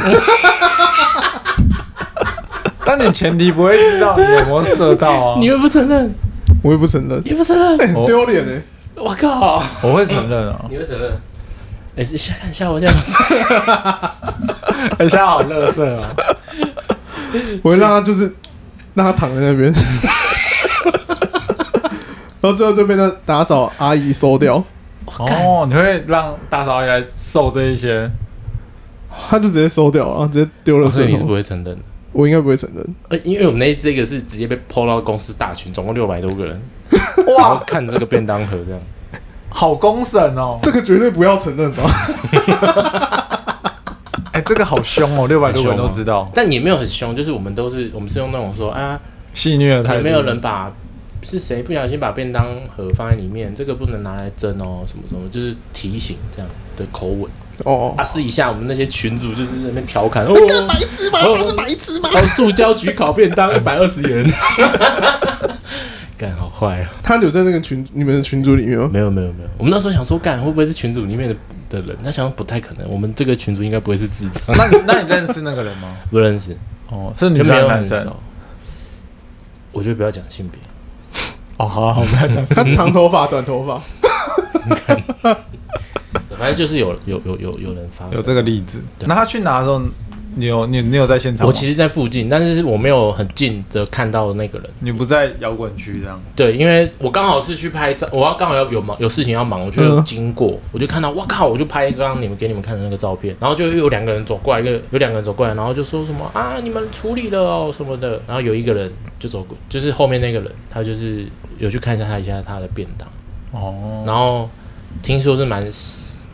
Speaker 3: 但你前提不会知道你有没有射到 啊
Speaker 2: 你。又不承认，
Speaker 1: 我也不承认，
Speaker 2: 也不承认，
Speaker 1: 哎、很丢脸哎！
Speaker 2: 我靠！
Speaker 3: 我会承认 啊。
Speaker 2: 你会承认？哎、是吓看吓我这样 子，
Speaker 3: 很像好乐色啊。
Speaker 1: 我会让他就是让他躺在那 边，然后最后就被那打扫阿姨收掉，
Speaker 3: 哦，你会让大嫂来受这一些？
Speaker 1: 他就直接收掉，然后直接丢了
Speaker 2: 哦所以
Speaker 1: 水
Speaker 2: 你是
Speaker 1: 桶。
Speaker 2: 不会承认的。
Speaker 1: 我应该不会承认，
Speaker 2: 呃，因为我们那这个是直接被抛到公司大群，总共六百多个人，然后
Speaker 3: 哇，
Speaker 2: 看这个便当盒这样。
Speaker 3: 好公审哦！
Speaker 1: 这个绝对不要承认吧？
Speaker 3: 哎，这个好凶 哦，六百多个
Speaker 2: 很凶
Speaker 3: 人都
Speaker 2: 哦
Speaker 3: 知道，
Speaker 2: 但也没有很凶，就是我们都是我们是用那种说啊，
Speaker 3: 戏虐的态
Speaker 2: 有
Speaker 3: 度。
Speaker 2: 没有人把是谁不小心把便当盒放在里面，这个不能拿来蒸哦，什么什么，就是提醒这样的口吻。
Speaker 1: 哦
Speaker 2: 啊，，试一下我们那些群主就是在那边调侃，哦，白痴吗？他是白痴吗？哦，塑胶焗烤便当一百二十元， 干好坏哦。
Speaker 1: 他有在那个群你们的群组里面 吗？
Speaker 2: 没有没有没有，我们那时候想说，干会不会是群组里面的的人？他想说不太可能，我们这个群组应该不会是智障，
Speaker 3: 那你那你认识那个人吗？
Speaker 2: 不认识，
Speaker 3: 哦，是女
Speaker 2: 就没
Speaker 3: 生还是
Speaker 2: 有很
Speaker 3: 男
Speaker 2: 熟
Speaker 3: 生？。
Speaker 2: 我觉得不要讲性别，
Speaker 3: 哦，好好，我们要讲。
Speaker 1: 他长头发、短头发，
Speaker 2: 反正就是有有有有有人发
Speaker 3: 有
Speaker 2: 生。
Speaker 3: 这个例子。
Speaker 2: 对
Speaker 3: 那他去拿的时候，你有你你有在现场吗？
Speaker 2: 我其实，在附近，但是我没有很近的看到那个人。
Speaker 3: 你不在摇滚区这样。
Speaker 2: 对，因为我刚好是去拍照，我要刚好要有忙有事情要忙，我就有经过，我就看到，哇靠，我就拍刚刚你们给你们看的那个照片，然后就有两个人走过来，一个有两个人走过来，然后就说什么啊，你们处理了哦什么的，然后有一个人就走过，就是后面那个人，他就是有去看一下他一下他的便当，
Speaker 3: 哦，
Speaker 2: 然后听说是蛮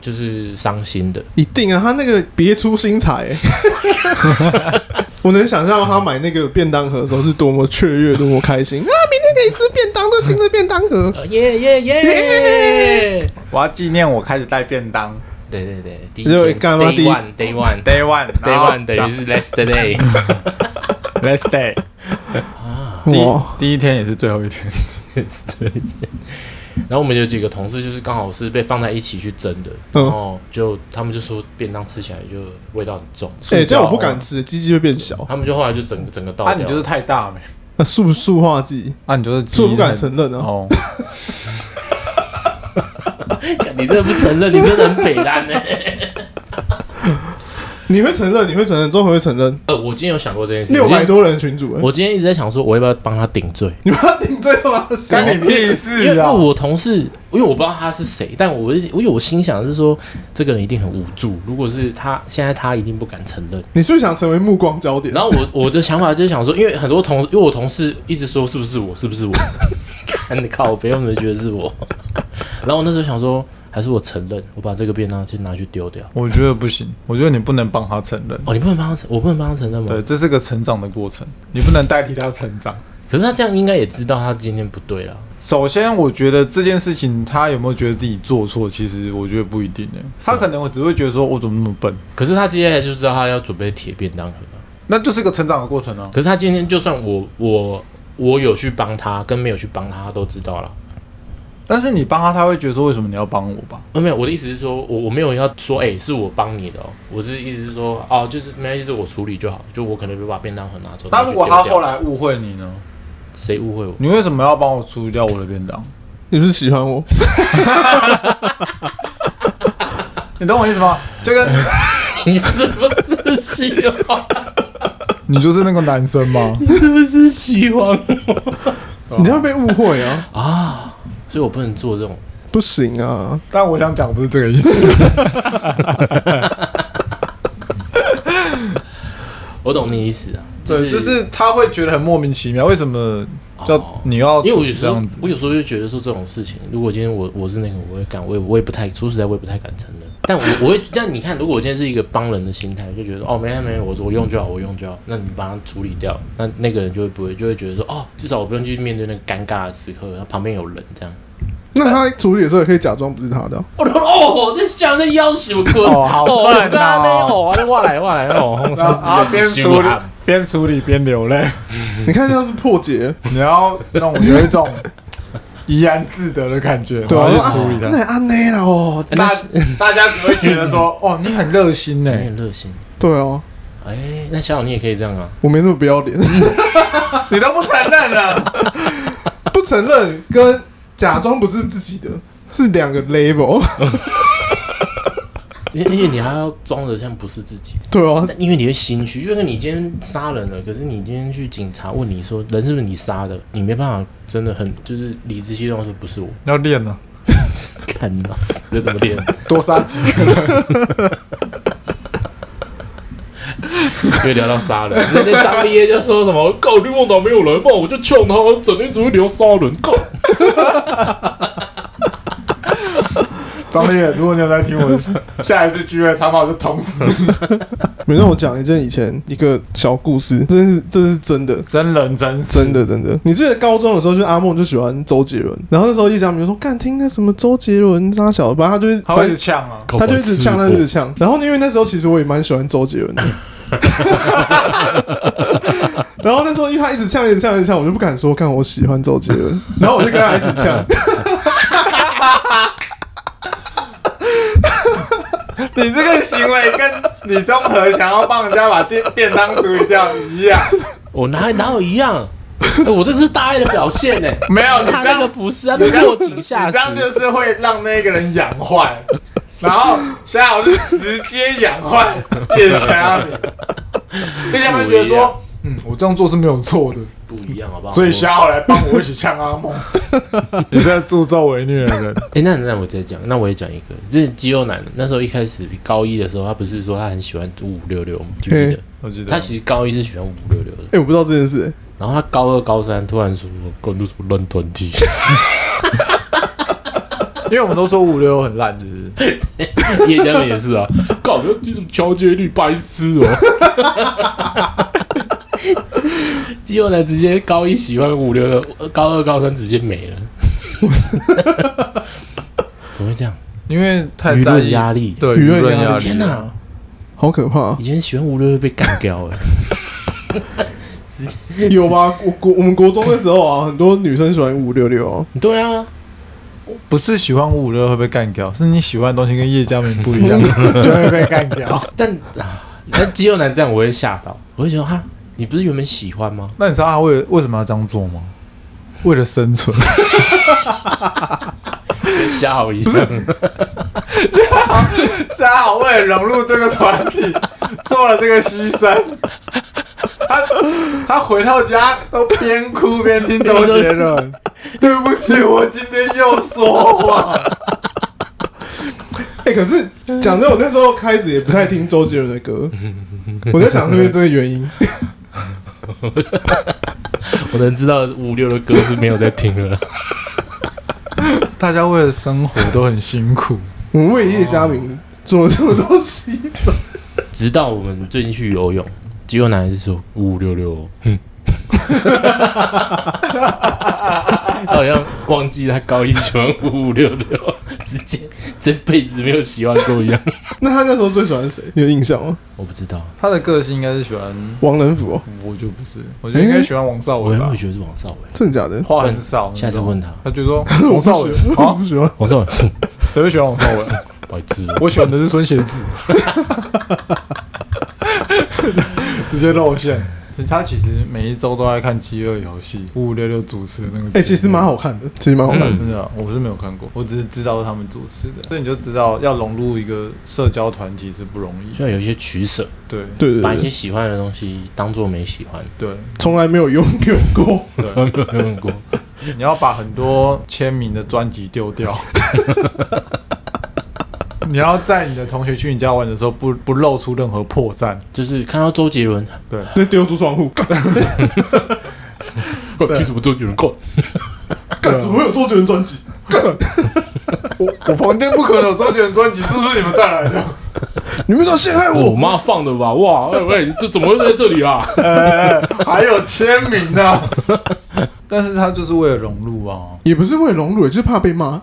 Speaker 2: 就是伤心的，
Speaker 1: 一定啊！他那个别出心裁、 欸，我能想象他买那个便当盒的时候是多么雀跃、多么开心啊！明天可以吃便当，这新的便当盒。
Speaker 2: 呃耶耶耶，
Speaker 3: 我要纪念我开始带便当
Speaker 2: 对对对，第一
Speaker 1: 就
Speaker 2: 天
Speaker 1: 干嘛
Speaker 2: day
Speaker 1: 第一
Speaker 2: one day one
Speaker 3: ，Day One，
Speaker 2: day
Speaker 3: 然后
Speaker 2: one 等 于是 less today。
Speaker 3: Let's Day。第一
Speaker 1: 哇，
Speaker 3: 第一天也是最后一 天。
Speaker 2: 对。然后我们有几个同事就是刚好是被放在一起去蒸的，
Speaker 1: 嗯
Speaker 2: 然后就他们就说便当吃起来就味道很重，
Speaker 1: 哎、这样
Speaker 2: 啊
Speaker 1: 我不敢吃，鸡鸡会变小。
Speaker 2: 他们就后来就整个整个倒
Speaker 3: 啊，
Speaker 2: 掉。
Speaker 3: 你就是太大没？
Speaker 1: 那塑塑化剂，
Speaker 3: 啊，你就是
Speaker 1: 所以我不敢
Speaker 3: 鸡蛋
Speaker 1: 承认啊。
Speaker 3: 嗯哦。
Speaker 2: 你这不承认，你真的很北欸烂呢、
Speaker 1: 你会承认？你会承认？中和会承认？
Speaker 2: 呃，我今天有想过这件事，
Speaker 1: 六
Speaker 2: 我今
Speaker 1: 百
Speaker 2: 天
Speaker 1: 多人群主、欸，
Speaker 2: 我今天一直在想说，我要不要帮他顶罪？
Speaker 1: 你把顶罪送他小
Speaker 3: 干你屁
Speaker 2: 因为
Speaker 3: 事
Speaker 2: 因为
Speaker 3: 啊！
Speaker 2: 我同事，因为我不知道他是谁，但我是因为我心想的是说，这个人一定很无助。如果是他，现在他一定不敢承认。
Speaker 1: 你是不是想成为目光焦点？
Speaker 2: 然后我 我的想法就是想说，因为很多同，因为我同事一直说是不是我，是不是我，看你靠别人没觉得是我。然后我那时候想说，还是我承认，我把这个便当先拿去丢掉。
Speaker 3: 我觉得不行，我觉得你不能帮他承认。
Speaker 2: 哦，你不能帮他承，我不能帮他承认吗？
Speaker 3: 对，这是个成长的过程，你不能代替他成长。
Speaker 2: 可是他这样应该也知道他今天不对了。
Speaker 3: 首先，我觉得这件事情他有没有觉得自己做错，其实我觉得不一定诶。他可能我只会觉得说，我怎么那么笨？
Speaker 2: 可是他接下来就知道他要准备铁便当盒了。
Speaker 3: 那就是个成长的过程啊。
Speaker 2: 可是他今天就算我我我有去帮他，跟没有去帮他，他都知道了。
Speaker 3: 但是你帮他，他会觉得说，为什么你要帮我吧？
Speaker 2: 哦，没有，我的意思是说，我我没有要说，哎、是我帮你的哦。我是意思是说，哦，就是没关系，是我处理就好。就我可能就把便当盒拿走。
Speaker 3: 那如果他
Speaker 2: 然后去
Speaker 3: 后
Speaker 2: 丢掉
Speaker 3: 来误会你呢？
Speaker 2: 谁误会我？
Speaker 3: 你为什么要帮我处理掉我的便当？
Speaker 1: 你不是喜欢我？
Speaker 3: 哦你懂我意思吗？就跟
Speaker 2: 你是不是喜欢？
Speaker 3: 你就是那个男生吗？
Speaker 2: 你 是不是喜欢
Speaker 1: 你这样被误会 啊，
Speaker 2: 啊？ 所以我不能做这种。
Speaker 1: 不行啊，
Speaker 3: 但我想讲 不是这个意思。
Speaker 2: 我懂你意思啊，
Speaker 3: 对，就是他会觉得很莫名其妙，为什么
Speaker 2: 哦
Speaker 3: 要你要
Speaker 2: 因为我有时
Speaker 3: 这
Speaker 2: 候
Speaker 3: 样子，？
Speaker 2: 我有时候就觉得说这种事情，如果今天我我是那个，我会敢，我也我也不太说实在，我也不太敢承认。但我我会，但你看，如果我今天是一个帮人的心态，就觉得哦，没事没事，我我用就好，我用就好。那你把它处理掉，那那个人就会不会就会觉得说哦，至少我不用去面对那个尴尬的时刻，然后旁边有人这样。
Speaker 1: 那他处理的时候也可以假装不是他的啊、
Speaker 2: 哦哦，这想在要求哥，
Speaker 3: 哦好笨哦
Speaker 2: 哦，在那边哦，啊哇来哇来 哦，
Speaker 3: 然后啊，边处理
Speaker 2: 羞啊
Speaker 3: 边处理边流泪，嗯
Speaker 1: 你看这样是破解，
Speaker 3: 你要弄有一种怡然自得的感觉，
Speaker 1: 对
Speaker 3: 然
Speaker 1: 啊，
Speaker 3: 后去
Speaker 1: 说啊
Speaker 3: 处理
Speaker 1: 那
Speaker 3: 它。
Speaker 1: 也按内啦哦，
Speaker 2: 哎
Speaker 3: 大
Speaker 2: 那是
Speaker 3: 大家只会觉得 说，哦，你很热心呢
Speaker 2: 有。点热心。
Speaker 1: 对啊，
Speaker 2: 哎，那小小你也可以这样啊。
Speaker 1: 我没那么不要脸，
Speaker 3: 嗯你都不承认了。
Speaker 1: 不承认跟假装不是自己的是两个 level，
Speaker 2: 因为因为你还要装着像不是自己，
Speaker 1: 对啊，
Speaker 2: 但因为你会心虚，就跟你今天杀人了，可是你今天去警察问你说人是不是你杀的，你没办法，真的很就是理直气壮地说不是我，
Speaker 3: 要练呢，
Speaker 2: 看你啊 妈死这怎么练？
Speaker 3: 多杀几个人。
Speaker 2: 因为聊到杀人，那天张烈就说什么“告绿梦岛没有人嘛，我就劝他整天只会聊杀人”，告
Speaker 3: 张烈，如果你有在听我的下一次聚会，他把我就捅死。
Speaker 1: 没让我讲一件以前一个小故事，真是这是真的，
Speaker 3: 真人真事，
Speaker 1: 真的真的，你记得高中的时候，就阿梦就喜欢周杰伦，然后那时候一讲，比如说干听那什么周杰伦他小的，反正他就是
Speaker 3: 他会一直呛啊。
Speaker 1: 他就一直呛，他就一直呛。然后因为那时候其实我也蛮喜欢周杰伦 的，然后那时候因为他一直呛，一直呛，一直呛，我就不敢说看我喜欢周杰伦， 然后我就跟他一起呛，
Speaker 3: 你这个行为跟李宗和想要帮人家把便便当处理掉一样，
Speaker 2: 我哦哪哪有一 样？哎我这个是大爱的表现呢、
Speaker 3: 没有你
Speaker 2: 他
Speaker 3: 这
Speaker 2: 那个
Speaker 3: 样，
Speaker 2: 不是啊，
Speaker 3: 你
Speaker 2: 他
Speaker 3: 这
Speaker 2: 落
Speaker 3: 样，
Speaker 2: 井
Speaker 3: 你
Speaker 2: 下
Speaker 3: 这样就
Speaker 2: 石。
Speaker 3: 是会让那个人养坏。然后夏老师直接养坏叶嘉敏，叶嘉敏觉得
Speaker 2: 不一样
Speaker 3: 说，嗯，我这样做是没有错的，
Speaker 2: 不一样好不好？
Speaker 3: 所以
Speaker 2: 瞎。
Speaker 3: 夏浩来帮我一起呛阿梦。 你在助纣为虐的人，
Speaker 2: 哎、那那我再讲，那我也讲一个，这肌肉男那时候一开始高一的时候，他不是说他很喜欢五五六六吗？记不记得？
Speaker 3: 我记
Speaker 2: 他其实高一是喜欢五五六六的，
Speaker 1: 哎，我不知道这件事、
Speaker 2: 然后他高二、高三突然说“关注什么乱团 体
Speaker 3: 因为我们都说五六很烂，就是”，
Speaker 2: 叶嘉敏也是啊，搞要这种调节率白痴哦。肌肉男直接高一喜欢五六六，高二、高三直接没了，怎么会这样？
Speaker 3: 因为太
Speaker 2: 舆
Speaker 3: 在
Speaker 2: 论
Speaker 3: 意
Speaker 2: 压力，
Speaker 3: 对
Speaker 1: 舆论压力
Speaker 3: 压
Speaker 2: 天哪、
Speaker 1: 好可怕、
Speaker 2: 以前喜欢五六六被干掉哎、
Speaker 1: 有吧？我国我们国中的时候啊，很多女生喜欢五六六啊，
Speaker 2: 对啊，
Speaker 3: 不是喜欢五五六会被干掉，是你喜欢的东西跟叶嘉明 不 一样，就会被干掉。
Speaker 2: 但啊，但肌肉男这样我会吓到，我会觉得哈，你不是原本喜欢吗？
Speaker 3: 那你知道他为为什么要这样做吗？为了生 存。
Speaker 2: 吓好一下，
Speaker 3: 夏好为了融入这个团 体，做了这个牺牲。他他回到家都边哭边听周杰伦。 对不起，我今天又说谎。
Speaker 1: 哎、可是讲真，我那时候开始也不太听周杰伦的歌，我在想是不是这个原因。
Speaker 2: 我能知道五六的歌是没有在听了。
Speaker 3: 大家为了生活都很辛苦。
Speaker 1: 我们为叶嘉明做了这么多牺 牲，
Speaker 2: 直到我们最近去游泳，肌肉男还是说五五六六哦，哼，他 好像忘记他高一喜欢五五六六， 直接这辈子没有喜欢过一 样。
Speaker 1: 那他那时候最喜欢谁？你有印象吗？
Speaker 2: 我不知道，
Speaker 3: 他的个性应该是喜欢，
Speaker 1: 王仁甫、哦，
Speaker 3: 我就不是，我觉得应该喜欢王少
Speaker 2: 我
Speaker 3: 伟
Speaker 2: 原
Speaker 3: 吧
Speaker 2: 本，觉得是王少伟，
Speaker 1: 真的假的？
Speaker 3: 话很少。
Speaker 2: 下次问他，
Speaker 3: 他就说王少伟
Speaker 1: 哦我
Speaker 3: 啊
Speaker 1: 不，喜欢。哦
Speaker 2: 王少伟哼
Speaker 3: 谁会喜欢王少伟？
Speaker 2: 白痴哦。
Speaker 3: 我喜欢的是 孙贤志，直接露馅。孙他其实每一周都在看《饥饿游戏》，五五六六主持的那个节目。
Speaker 1: 哎、其实蛮好看的，其实蛮好看的。
Speaker 2: 嗯
Speaker 3: 真的啊，我是没有看过，我只是知道他们主持的，所以你就知道要融入一个社交团体是不容易
Speaker 2: 需。要有一些取舍，
Speaker 3: 对
Speaker 1: 对对
Speaker 2: 把一
Speaker 1: 对
Speaker 2: 些，喜欢的东西当做没喜 欢。
Speaker 3: 对
Speaker 1: 从来没有拥有过。
Speaker 3: 对，
Speaker 2: 没问过，
Speaker 3: 你要把很多签名的专辑丢掉。 你要在你的同学去你家玩的时候不，不露出任何破绽。
Speaker 2: 就是看到周杰 伦，
Speaker 1: 再丢出窗户，
Speaker 2: 干
Speaker 3: 对
Speaker 2: 去什么周杰伦？够
Speaker 1: 干怎么会有周杰伦专辑？
Speaker 3: 我我房间不可能有周杰伦专辑，是不是你们带来的？
Speaker 1: 你们都陷害
Speaker 2: 我
Speaker 1: 我！
Speaker 2: 妈放的吧？哇，喂喂，这怎么会在这里啊？
Speaker 3: 哎、 还有签名呢、啊。但是他就是为了融入啊。
Speaker 1: 也不是为了荣辱，就是怕被骂。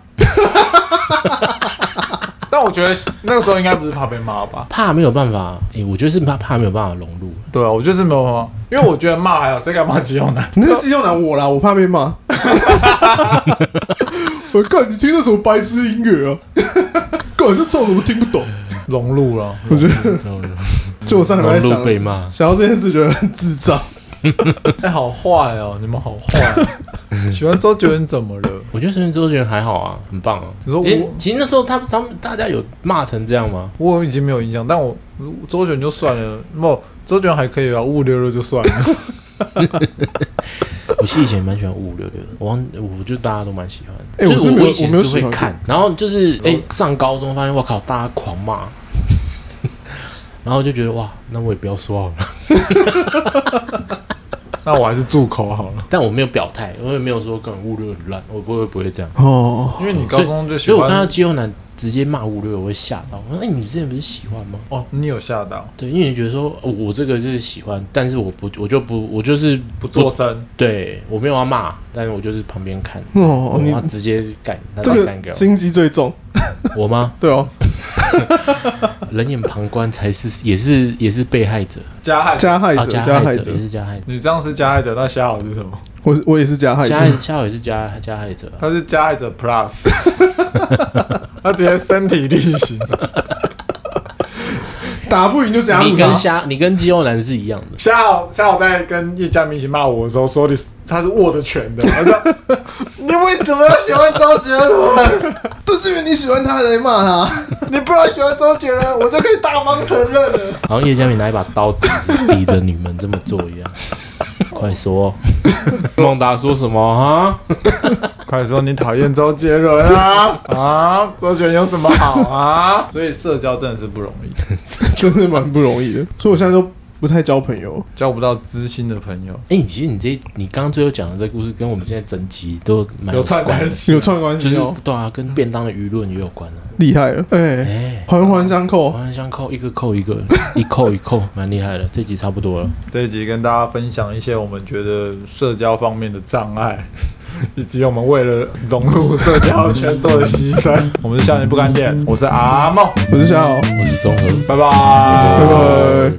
Speaker 3: 但我觉得那个时候应该不是怕被骂吧？
Speaker 2: 怕没有办法，诶、我觉得是怕怕没有办法融入。
Speaker 3: 对啊，我就是没有办法，因为我觉得骂还好，谁敢骂肌肉男？
Speaker 1: 你那是肌肉男我啦，我怕被 骂。我干，你听的什么白痴音乐啊？ 干，那唱什么听不懂？
Speaker 3: 融入了，
Speaker 1: 我觉得，
Speaker 2: 融入
Speaker 1: 就我上礼拜
Speaker 2: 融
Speaker 1: 想
Speaker 2: 入被骂，
Speaker 1: 想到这件事，觉得很智障。
Speaker 3: 哎、好坏哦，你们好坏、 喜欢周杰伦怎么了？
Speaker 2: 我觉得身边周杰伦还好啊，很棒啊。
Speaker 3: 你说我
Speaker 2: 诶其实那时候他他们大家有骂成这样吗？
Speaker 3: 我已经没有印象，但我周杰伦就算了，不，周杰伦还可以啊，五五六六就算了。
Speaker 2: 我是以前蛮喜欢五五六六的，我忘我就大家都蛮喜欢的。
Speaker 1: 诶
Speaker 2: 就是
Speaker 1: 我是没有
Speaker 2: 以前
Speaker 1: 我没有
Speaker 2: 是
Speaker 1: 喜
Speaker 2: 会
Speaker 1: 欢
Speaker 2: 看，然后就是诶、上高中发现我靠，大家狂骂， 然后就觉得哇，那我也不要说好了。
Speaker 3: 那我还是住口好了，
Speaker 2: 但我没有表态，我也没有说跟五五六很烂，我不会不会这样。
Speaker 1: 哦，
Speaker 3: 因为你高中就喜
Speaker 2: 所以我看到
Speaker 3: 欢
Speaker 2: 肌肉男直接骂五六，我会吓到。我说：“哎、你之前不是喜欢吗
Speaker 3: 哦，你有吓到？”
Speaker 2: 对，因为你觉得说哦我这个就是喜欢，但是我不，我就不，我就是
Speaker 3: 不做声，
Speaker 2: 对我没有要骂，但是我就是旁边看，
Speaker 1: 哦
Speaker 2: 我，
Speaker 1: 你
Speaker 2: 要直接干那
Speaker 1: 这
Speaker 2: 三个
Speaker 1: 个心机最重，
Speaker 2: 我吗？
Speaker 1: 对 哦，
Speaker 2: 冷眼旁观才是也是也是被害者
Speaker 3: 加害。
Speaker 1: 加害
Speaker 2: 啊，
Speaker 1: 者，
Speaker 2: 加
Speaker 1: 加害
Speaker 2: 者
Speaker 1: 者
Speaker 2: 也，是加害者，
Speaker 3: 你这样是加害者，那瞎好是什么？
Speaker 1: 我是我也是加害
Speaker 2: 加害
Speaker 1: 者，
Speaker 2: 加害也是加加害者啊、
Speaker 3: 他是加害者 Plus，他直接身体力行。
Speaker 1: 打不赢就加啊
Speaker 2: 你
Speaker 1: 入
Speaker 2: 跟
Speaker 1: 他。
Speaker 2: 虾，你跟肌肉男是一样的，
Speaker 3: 夏好夏好在跟叶嘉明一起骂我的时候，手里是他是握着拳的，他说：“ 你为什么要喜欢周杰伦？
Speaker 1: 都是因为你喜欢他才骂他，
Speaker 3: 你不要喜欢周杰伦，我就可以大方承认了。
Speaker 2: 好像叶嘉敏拿一把刀抵着抵着你们这么做一样。快说，孟达说什么啊哈？”
Speaker 3: 快说你讨厌周杰伦啊啊！周杰伦有什么好啊？所以社交真的是不容易，
Speaker 1: 真的蛮不容易的。所以我现在都不太交朋友。
Speaker 3: 交不到知心的朋友，
Speaker 2: 哎、你其实你这你刚刚最后讲的这故事，跟我们现在整集都蛮
Speaker 3: 哎有串关系啊
Speaker 1: 有。串关
Speaker 2: 就
Speaker 1: 系
Speaker 2: 是
Speaker 1: 哦，
Speaker 2: 对啊，跟便当的舆论也有关啊。
Speaker 1: 厉害了，哎，
Speaker 2: 哎、
Speaker 1: 环环相
Speaker 2: 环
Speaker 1: 扣，
Speaker 2: 环相扣，一个扣一个，一扣一扣，蛮厉害的。这集差不多了，
Speaker 3: 这一集跟大家分享一些我们觉得社交方面的障碍， 以及我们为了融入社交圈做的牺牲。 我们是少年不干练，我是阿梦。
Speaker 1: 我是小豪，
Speaker 2: 我是综合。
Speaker 3: 拜拜，
Speaker 1: 拜拜。